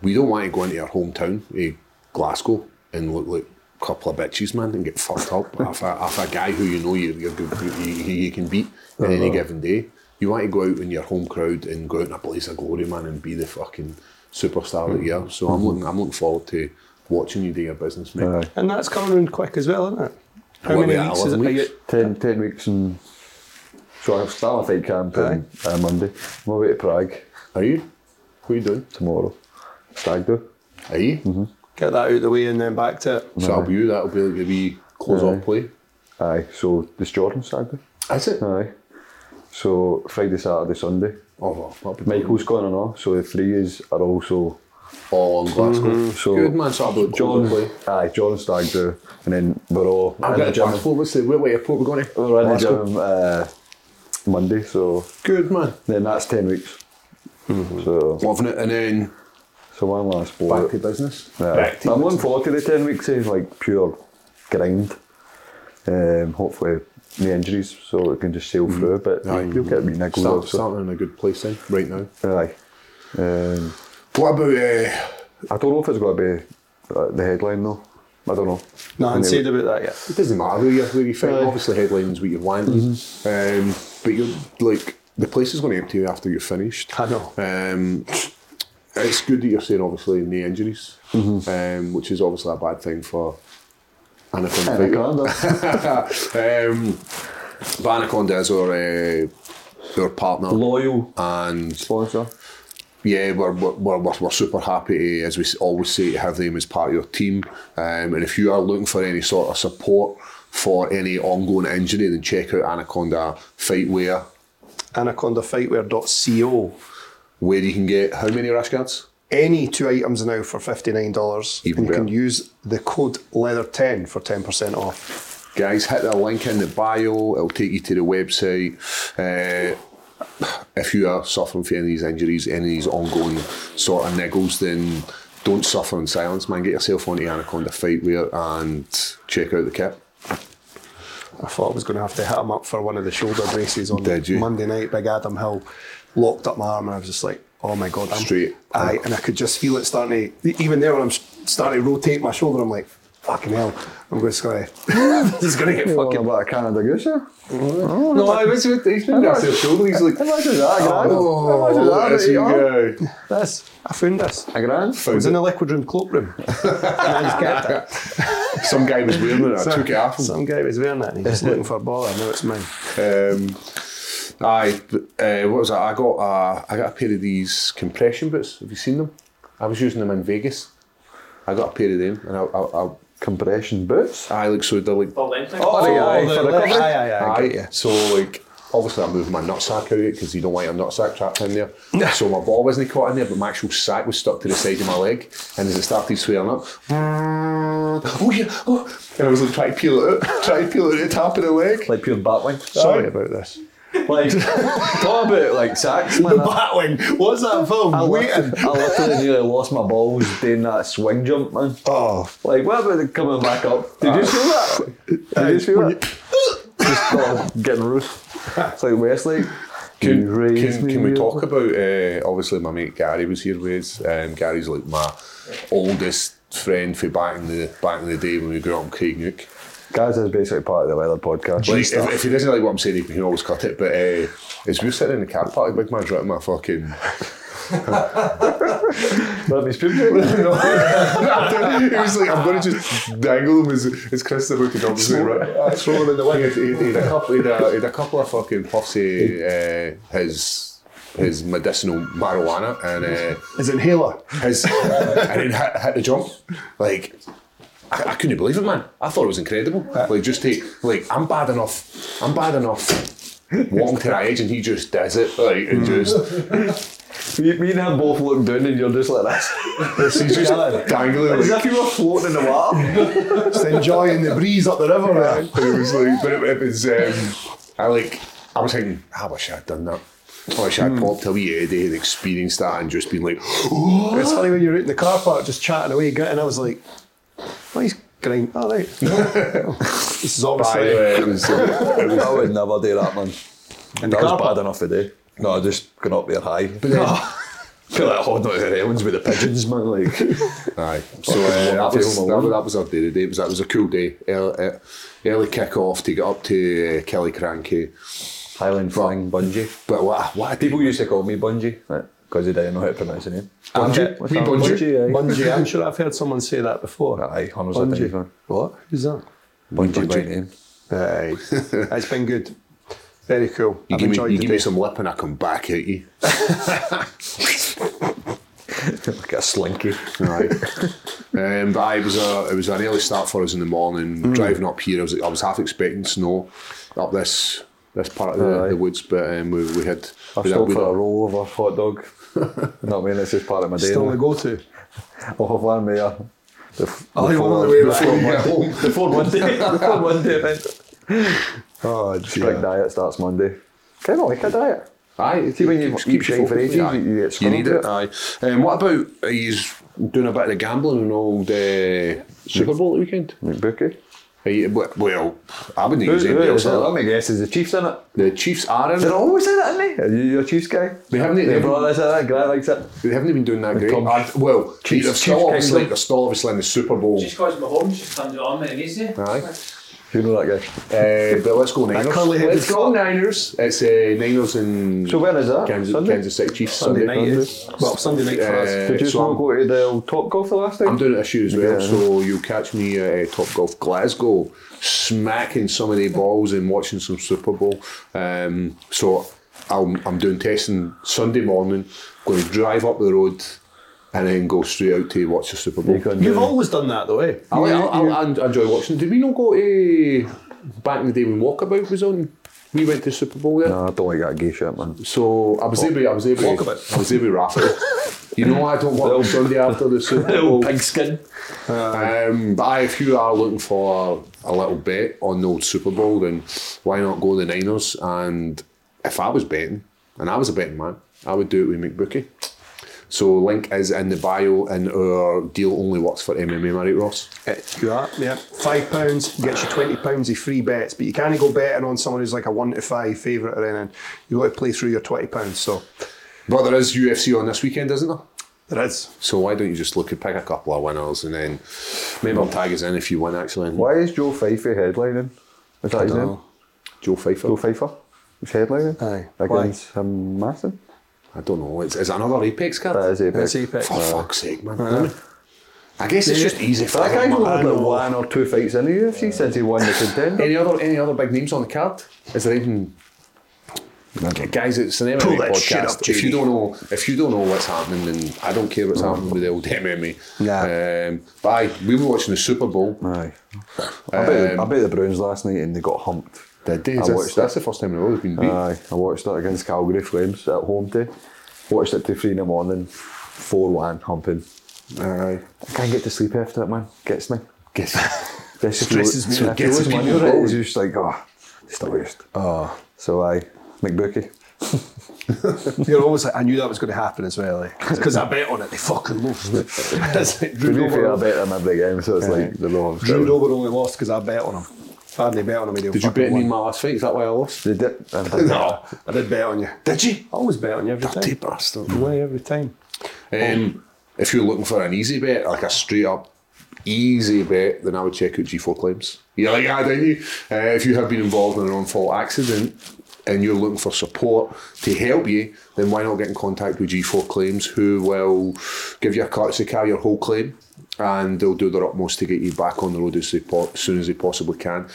Speaker 2: we don't want to go into our hometown, eh, Glasgow, and look like a couple of bitches, man, and get fucked up off, a, off a guy who you know you you're, good- you, you, you can beat on any given day. You want to go out in your home crowd and go out in a place of glory, man, and be the fucking superstar that you are. So I'm looking, I'm looking forward to watching you do your business, mate.
Speaker 3: Aye.
Speaker 4: And that's coming in quick as well, isn't it? How
Speaker 2: What,
Speaker 4: many
Speaker 2: we at
Speaker 4: weeks is it?
Speaker 2: 11
Speaker 4: Are
Speaker 2: weeks?
Speaker 4: you-
Speaker 3: Ten, ten weeks and so I'll start my fight camp on uh, Monday. I'm away to Prague
Speaker 2: Are you? What are you doing?
Speaker 3: tomorrow. Stag do.
Speaker 2: Are you? Mm-hmm.
Speaker 4: Get that out of the way and then back to it.
Speaker 2: So that'll be you. That'll be like a wee close off play.
Speaker 3: Aye, so this Jordan Stag do.
Speaker 2: That's it.
Speaker 3: Aye. So Friday, Saturday, Sunday.
Speaker 2: Oh, well, that'll be
Speaker 3: Michael's gone and all, Oh, so the threes are also
Speaker 2: all on Glasgow.
Speaker 3: so
Speaker 2: Good man. So that'll be close off play.
Speaker 3: Mm-hmm. John, aye, John Stag do, and then we're all
Speaker 2: I'm
Speaker 3: in the
Speaker 2: going to
Speaker 3: gym.
Speaker 2: Glasgow. What's the what way airport we're going to?
Speaker 3: We're in the gym uh, Monday, so
Speaker 2: Good man.
Speaker 3: then that's ten weeks. So
Speaker 2: Loving it. And then
Speaker 3: so one last
Speaker 2: back
Speaker 3: blow.
Speaker 2: to business.
Speaker 3: Aye.
Speaker 2: Back to
Speaker 3: I'm
Speaker 2: business.
Speaker 3: looking forward to the ten weeks of like pure grind. Um, hopefully the injuries, so it can just sail through. But
Speaker 2: Aye.
Speaker 3: you'll get me niggles.
Speaker 2: Start,
Speaker 3: also.
Speaker 2: starting in a good place then, right now.
Speaker 3: Aye. Um,
Speaker 2: What about uh,
Speaker 3: I don't know if it's going to be uh, the headline though. I don't know.
Speaker 4: No, I haven't
Speaker 3: Anyway.
Speaker 4: said about that yet.
Speaker 2: It doesn't matter who you're, who you fighting. Obviously, headlines what you want,
Speaker 4: Mm-hmm.
Speaker 2: um, but you're like the place is going to empty after you're finished.
Speaker 4: I know.
Speaker 2: Um, it's good that you're saying obviously knee injuries,
Speaker 4: Mm-hmm.
Speaker 2: um, which is obviously a bad thing for Anaconda. um, but Anaconda is our, uh, our partner,
Speaker 3: Loyal
Speaker 2: and
Speaker 3: sponsor.
Speaker 2: yeah, we're, we're, we're, we're we're super happy, to, as we always say, to have them as part of your team. Um, and if you are looking for any sort of support for any ongoing injury, then check out Anaconda Fightwear.
Speaker 4: AnacondaFightwear.co.
Speaker 2: where you can get how many rash guards?
Speaker 4: Any two items now for $59.
Speaker 2: Even
Speaker 4: and you can
Speaker 2: better.
Speaker 4: use the code LEATHER10 for 10% off.
Speaker 2: Guys, hit the link in the bio. It'll take you to the website. Uh, if you are suffering from any of these injuries, any of these ongoing sort of niggles, then don't suffer in silence, man. Get yourself onto Anaconda Fightwear and check out the kit.
Speaker 4: I thought I was going to have to hit him up for one of the shoulder braces on
Speaker 2: Did you?
Speaker 4: Monday night. Big Adam Hill locked up my arm, and I was just like, "Oh my god!" I'm,
Speaker 2: Straight.
Speaker 4: Aye, and I could just feel it starting to. e-, Even there, when I'm starting to rotate my shoulder, I'm like, "Fucking hell!" I'm just [LAUGHS] going to. this is going to get
Speaker 3: You want
Speaker 4: fucking.
Speaker 3: a bit of Canada Goose, yeah?
Speaker 2: No, I was with he's been
Speaker 3: grabbed his
Speaker 2: shoulder. He's like,
Speaker 3: Imagine that, a grand. Imagine that,
Speaker 2: oh,
Speaker 3: mate, you know?
Speaker 2: that guy.
Speaker 4: This I found this.
Speaker 3: A grand?
Speaker 4: It was in the liquid room cloakroom. and I just kept it.
Speaker 2: Some guy was wearing it. I took it off him.
Speaker 4: Some guy was wearing it. and He's just looking for a baller. Now it's mine.
Speaker 2: Um, aye, but, uh, what was that? I got a, I got a pair of these compression boots. Have you seen them? I was using them in Vegas. I got a pair of them, and I, I, I,
Speaker 3: Compression boots?
Speaker 2: I like so they're like.
Speaker 6: But length,
Speaker 3: aye, aye, for Oh, the
Speaker 4: left-
Speaker 3: cover.
Speaker 4: aye, aye, aye. I
Speaker 2: Aye,
Speaker 4: get you.
Speaker 2: So like, obviously I'm moving my nutsack out because you don't want your nutsack trapped in there. so my ball wasn't caught in there, but my actual sack was stuck to the side of my leg, and as it started swearing up, oh yeah, oh, and I was like trying to peel it out, [LAUGHS] trying to peel it out the top of the leg.
Speaker 3: Like pure batwing.
Speaker 4: Sorry about this.
Speaker 3: [LAUGHS] Like, talk about like sacks, man. I-
Speaker 4: Batwing. What's that film?
Speaker 3: I literally, I literally nearly lost my balls doing that swing jump, man.
Speaker 4: Oh,
Speaker 3: Like, what about it coming back up? Did you feel that? Did you feel [LAUGHS] that? Just oh, getting roofed. It's like Westlake.
Speaker 2: Can,
Speaker 3: You raise
Speaker 2: can,
Speaker 3: me
Speaker 2: can we
Speaker 3: real-
Speaker 2: talk about uh, obviously my mate Gary was here with us. Um, Gary's like my oldest friend for back in the back in the day when we grew up in Craignook.
Speaker 3: Guys is basically part of the Leather podcast.
Speaker 2: Like, if, if he doesn't like what I'm saying, he can always cut it. But uh, as we were sitting in the car park, big man's writing my fucking.
Speaker 3: Let me [LAUGHS] speak to you.
Speaker 2: he was like, I'm going to just dangle him as, as Chris the Book of Dogs. Right? Throw him in the way. He had, he had a couple, he had a, he had a couple of fucking puffs of uh, his, his medicinal marijuana and. Uh,
Speaker 4: his inhaler.
Speaker 2: has and then hit, hit the jump. Like I, I couldn't believe it, man. I thought it was incredible. Like just take like I'm bad enough. I'm bad enough. Walking to that edge and he just does it. Like and just
Speaker 3: Me, me and him both look down and you're just like this.
Speaker 2: he's just dangling.
Speaker 3: As
Speaker 2: Like,
Speaker 3: if you were floating in the water.
Speaker 4: Just enjoying the breeze up the river, man.
Speaker 2: and it was like, but it, it was. Um, I like. I was thinking. "Ah, I wish I'd done that. I wish I'd popped a wee headache and experienced that and just been like,
Speaker 4: It's funny when you're out in the car park just chatting away, and I was like, oh, he's grinding. Oh, right. this is
Speaker 2: By
Speaker 4: obviously.
Speaker 2: the way, it was, uh, it was
Speaker 3: I would never do that, man.
Speaker 4: the
Speaker 3: that
Speaker 4: car
Speaker 3: was
Speaker 4: park?
Speaker 3: bad enough today. No, I just got up there high. [LAUGHS] Feel like holding on to the railings with the pigeons, man. Like,
Speaker 4: [LAUGHS]
Speaker 2: Aye. So uh, that,
Speaker 3: Home
Speaker 2: was,
Speaker 3: Alone.
Speaker 2: that, was- that was our day today. It was, it was a cool day. Early, uh, early kick off to get up to uh, Kelly Cranky.
Speaker 3: Highland flying bungee.
Speaker 2: But what, a- what a day.
Speaker 3: People used to call me Bungie, because they didn't know how to pronounce the name.
Speaker 2: Bungie?
Speaker 3: What's
Speaker 2: We
Speaker 3: that?
Speaker 2: Bungie?
Speaker 3: aye.
Speaker 4: Bungee, I'm sure I've heard someone say that before.
Speaker 3: Aye, hundreds of times,
Speaker 4: Bungee.
Speaker 3: man.
Speaker 4: What? Who's that?
Speaker 3: Bungie by name. [LAUGHS]
Speaker 4: Aye. it's been good. Very cool.
Speaker 2: You
Speaker 4: I've
Speaker 2: give, me,
Speaker 4: enjoyed
Speaker 2: you
Speaker 4: the
Speaker 2: give me
Speaker 4: day.
Speaker 2: some lip and I come back at
Speaker 3: [LAUGHS]
Speaker 2: you.
Speaker 3: like a slinky.
Speaker 2: Aye. um, but aye, it was a it was an early start for us in the morning.
Speaker 3: Hmm.
Speaker 2: Driving up here, I was I was half expecting snow up this this part of the,
Speaker 3: Aye.
Speaker 2: the woods, but um, we, we had
Speaker 3: I
Speaker 2: we had-
Speaker 3: still
Speaker 2: we
Speaker 3: for
Speaker 2: had [LAUGHS]
Speaker 3: a rollover hot [LAUGHS] dog. you know what I mean? It's just part of my day. Oh,
Speaker 4: Still
Speaker 3: now.
Speaker 4: the
Speaker 3: [LAUGHS]
Speaker 4: go to.
Speaker 3: I'll have one there. The f-
Speaker 4: Oh, you want
Speaker 3: four-
Speaker 4: the way
Speaker 3: the
Speaker 4: back.
Speaker 3: four
Speaker 2: Yeah.
Speaker 3: Monday- The four Monday. [LAUGHS] The four Monday event.
Speaker 4: Oh,
Speaker 3: Strict
Speaker 4: dear.
Speaker 3: diet starts Monday. Kind of like a diet.
Speaker 2: Aye, it
Speaker 3: See, when you
Speaker 2: keeps-
Speaker 3: keep
Speaker 2: keeps
Speaker 3: shite for
Speaker 2: focused.
Speaker 3: ages,
Speaker 2: Aye.
Speaker 3: you get
Speaker 2: You
Speaker 3: screwed
Speaker 2: need
Speaker 3: with
Speaker 2: it. Aye. Um, what about he's doing a bit of the gambling and old uh, Super Bowl at the weekend?
Speaker 3: McBookie.
Speaker 2: Are you- well- well, I wouldn't
Speaker 3: Who's
Speaker 2: use anybody else.
Speaker 3: Let
Speaker 2: Like
Speaker 3: me guess, is the Chiefs in it?
Speaker 2: that. The Chiefs are in.
Speaker 3: They're always in it, aren't they? Are you your Chiefs guy?
Speaker 2: They haven't- they
Speaker 3: Your
Speaker 2: haven't-
Speaker 3: brother's in it, Grant likes it.
Speaker 2: They haven't even done that great.
Speaker 3: Tom-
Speaker 2: Uh, well,
Speaker 3: Chiefs-
Speaker 2: they're
Speaker 3: Chiefs
Speaker 2: still obviously
Speaker 3: Kingdom.
Speaker 2: they're still obviously in the Super Bowl.
Speaker 6: just because Mahomes just turned it on and he's there.
Speaker 2: Aye.
Speaker 3: You know that guy.
Speaker 2: Uh, but let's go Niners.
Speaker 4: curly-headed
Speaker 2: Let's go Niners. It's uh, Niners and
Speaker 3: So when is that?
Speaker 2: Kansas,
Speaker 3: Sunday?
Speaker 2: Kansas City Chiefs
Speaker 4: Sunday night
Speaker 2: Sunday.
Speaker 4: is. Well, Sunday night for us.
Speaker 2: Uh,
Speaker 3: Did you
Speaker 2: so
Speaker 3: not
Speaker 2: I'm-
Speaker 3: go to the old Top Golf the last time?
Speaker 2: I'm doing it issue as well, so you'll catch me at uh, Top Golf Glasgow smacking some of the balls and watching some Super Bowl. Um, so I'll, I'm doing testing Sunday morning, going to drive up the road and then go straight out to watch the Super Bowl.
Speaker 3: You can
Speaker 4: You've
Speaker 3: do-
Speaker 4: always done that, though, eh?
Speaker 2: I, I, I, I enjoy watching. Did we not go to back in the day when Walkabout was on? We went to Super Bowl there.
Speaker 3: No, I don't like that gay shit, man.
Speaker 2: So I was there with, I was there with,
Speaker 4: Walk a bit.
Speaker 2: I was there with Rafa. you know I don't work on Sunday after the Super
Speaker 4: Oh.
Speaker 2: Bowl.
Speaker 4: skin.
Speaker 2: Um, but aye, if you are looking for a little bet on the old Super Bowl, then why not go the Niners? And if I was betting, and I was a betting man, I would do it with McBookie. So link is in the bio, and our deal only works for MMA, right, Ross?
Speaker 3: Uh,
Speaker 4: you are, yeah. Five pounds gets you twenty pounds of free bets, but you can't go betting on someone who's like a one to five favourite or anything. You got to play through your twenty pounds. So
Speaker 2: But there is UFC on this weekend, isn't there?
Speaker 4: there is.
Speaker 2: So why don't you just look and pick a couple of winners, and then maybe I'll tag us in if you win actually. and
Speaker 3: Why is Joe Pfeiffer headlining? Is that his name?
Speaker 2: Joe Pfeiffer.
Speaker 3: Joe Pfeiffer? He's headlining?
Speaker 4: Aye.
Speaker 3: Against him, Martin?
Speaker 2: I don't know. It's, is it another Apex card?
Speaker 3: That is Apex.
Speaker 4: That's Apex.
Speaker 2: For fuck's sake, man. I guess it's just easy for
Speaker 3: That guy's
Speaker 2: him,
Speaker 3: only
Speaker 2: man.
Speaker 3: had like one or two fights in the UFC since he
Speaker 2: [LAUGHS]
Speaker 3: won the contender.
Speaker 2: Any other any other big names on the card? Is there even G- guys? It's an MMA
Speaker 4: Pull that shit
Speaker 2: podcast.
Speaker 4: up,
Speaker 2: if you
Speaker 4: JD.
Speaker 2: don't know if you don't know what's happening, then I don't care what's happening with the old MMA.
Speaker 3: Nah.
Speaker 2: Um, but aye, we were watching the Super Bowl.
Speaker 3: Aye. I, bet, I
Speaker 2: Um,
Speaker 3: bet the Browns last night and they got humped.
Speaker 2: Did they?
Speaker 3: I
Speaker 2: That's,
Speaker 3: watched Uh,
Speaker 2: that's
Speaker 3: that.
Speaker 2: the first time in a row they've been beat.
Speaker 3: Aye, I watched that against Calgary Flames at home day. Watched it to three in the morning, 4 1 humping.
Speaker 2: Aye.
Speaker 3: I can't get to sleep after it, man. Gets me. [LAUGHS]
Speaker 2: Guess.
Speaker 3: Gets you-
Speaker 2: Stresses me.
Speaker 3: if you
Speaker 2: Gets
Speaker 3: lose
Speaker 2: people
Speaker 3: money on it,
Speaker 2: going.
Speaker 3: It's just like, oh, it's the worst.
Speaker 4: Oh,
Speaker 3: So aye, McBookie.
Speaker 4: you're always like, I knew that was going to happen as [LAUGHS] well. Because I bet on it, they fucking lost. [LAUGHS] It's like
Speaker 3: To
Speaker 4: Drew
Speaker 3: be fair, I
Speaker 4: Dober,
Speaker 3: bet him every game, so it's like the law of
Speaker 4: Drew
Speaker 3: gravity.
Speaker 4: Dober only lost because I bet on him. If I hadn't bet on him, he'd have
Speaker 2: Did you
Speaker 4: fucking
Speaker 2: bet me in
Speaker 4: won.
Speaker 2: my last fight? Is that why I
Speaker 3: [LAUGHS]
Speaker 2: lost?
Speaker 3: They did. and did that.
Speaker 4: No, I did bet on you. Did you? I always bet on you every
Speaker 2: Dirty
Speaker 4: time.
Speaker 2: bastard.
Speaker 4: Way every time.
Speaker 2: Um, if you're looking for an easy bet, like a straight up easy bet, then I would check out G4 claims. You're like, ah, don't you? Uh, if you have been involved in an on fault accident and you're looking for support to help you, then why not get in contact with G4 claims, who will give you a courtesy car, your whole claim, and they'll do their utmost to get you back on the road as they po- soon as they possibly can.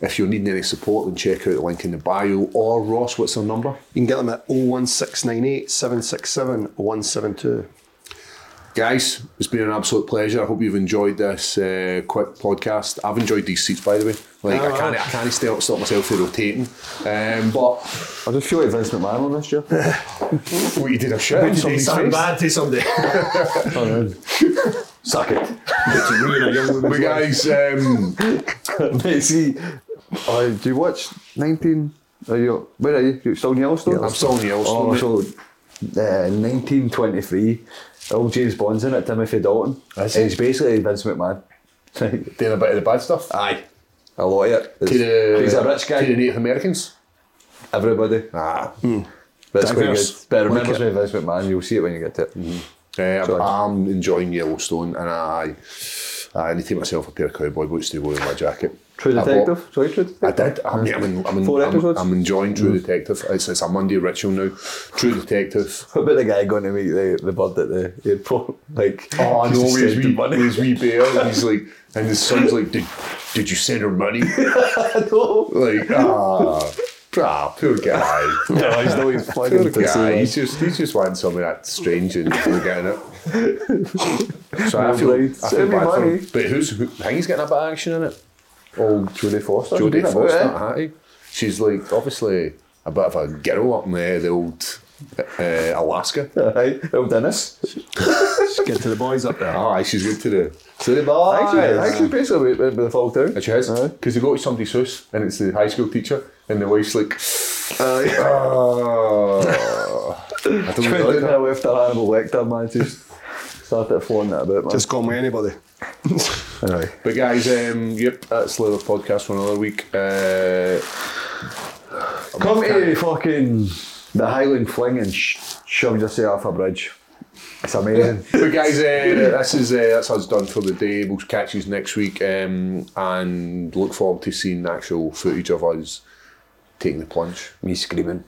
Speaker 2: If you're needing any support, then check out the link in the bio. Or, Ross, what's their number?
Speaker 4: You can get them at 01698 767 172.
Speaker 2: Guys, it's been an absolute pleasure. I hope you've enjoyed this uh, quick podcast. I've enjoyed these seats, by the way. Like I can't, I can't stop, stop myself from rotating. Um, but
Speaker 3: I just feel like Vince McMahon on this year.
Speaker 2: what you did a shit on somebody's face.
Speaker 4: bad to somebody.
Speaker 3: Suck it.
Speaker 2: But guys, um,
Speaker 3: Mate, see, uh, do you watch 19? Are you, where are you? you still in Yellowstone?
Speaker 2: I'm still in Yellowstone,
Speaker 3: Oh,
Speaker 2: mate.
Speaker 3: so uh, 1923, old James Bond's in it, Timothy Dalton.
Speaker 2: Is
Speaker 3: And he's basically Vince McMahon. [LAUGHS]
Speaker 2: doing a bit of the bad stuff.
Speaker 3: Aye. A lot of it.
Speaker 2: To the,
Speaker 3: It's- he's a rich
Speaker 2: To the
Speaker 3: guy,
Speaker 2: Native Americans.
Speaker 3: everybody.
Speaker 2: Ah.
Speaker 3: But it's quite good.
Speaker 4: Diverse.
Speaker 3: But it
Speaker 4: Like
Speaker 3: remembers me Vince McMahon, you'll see it when you get to it.
Speaker 2: Uh,
Speaker 3: Sorry.
Speaker 2: I'm enjoying Yellowstone, and I, I need to take myself a pair of cowboy boots to go with my jacket.
Speaker 3: True
Speaker 2: I bought-
Speaker 3: Detective? Sorry, True Detective?
Speaker 2: I did. I mean, I'm, in, I'm, in,
Speaker 3: Four
Speaker 2: I'm,
Speaker 3: episodes?
Speaker 2: I'm enjoying True Detective. It's, it's a Monday ritual now. True Detective.
Speaker 3: What about the guy going to meet the, the bird at the airport? Like,
Speaker 2: Oh, I
Speaker 3: he's
Speaker 2: know
Speaker 3: just
Speaker 2: his
Speaker 3: sending
Speaker 2: wee,
Speaker 3: money. [LAUGHS]
Speaker 2: his wee bear, and he's like, and his son's like, did, did you send her
Speaker 3: [LAUGHS]
Speaker 2: money? Like, ah, ah, poor guy.
Speaker 3: [LAUGHS] No, Oh, he's not
Speaker 2: [LAUGHS]
Speaker 3: even
Speaker 2: Poor
Speaker 3: fucking
Speaker 2: guy.
Speaker 3: pissing.
Speaker 2: He's just, he's just wanting something that strange and he's getting
Speaker 3: [LAUGHS]
Speaker 2: it. So I feel, I
Speaker 3: Right.
Speaker 2: feel
Speaker 3: Send me
Speaker 2: bad for
Speaker 3: money.
Speaker 2: him. But who's, who, I think he's getting a bit of action in it.
Speaker 3: Oh, Jodie Foster.
Speaker 2: Jodie
Speaker 3: Been a bit,
Speaker 2: Foster,
Speaker 3: eh?
Speaker 2: aye. She's like, obviously, a bit of a girl up in the, the old uh, Alaska.
Speaker 3: Aye, El Dennis.
Speaker 4: get to the boys up there.
Speaker 2: Aye, she's good to the, to the boys.
Speaker 3: Actually, actually, basically, with, with the fall down.
Speaker 2: She is.
Speaker 3: Aye.
Speaker 2: Because they go to somebody's house and it's the high school teacher and the wife's like, oh. I don't
Speaker 3: Went
Speaker 2: really
Speaker 3: down
Speaker 2: like
Speaker 3: there after Hannibal Lecter, man, just started flaunting that about, man.
Speaker 4: Just gone with anybody.
Speaker 3: aye.
Speaker 2: But guys, um, yep, that's the podcast for another week. Uh,
Speaker 3: Come to fucking the Highland Fling and sh- shove yourself off a bridge. It's amazing.
Speaker 2: but guys, uh, this is uh, that's us done for the day. We'll catch you next week um, and look forward to seeing the actual footage of us taking the plunge.
Speaker 3: Me screaming.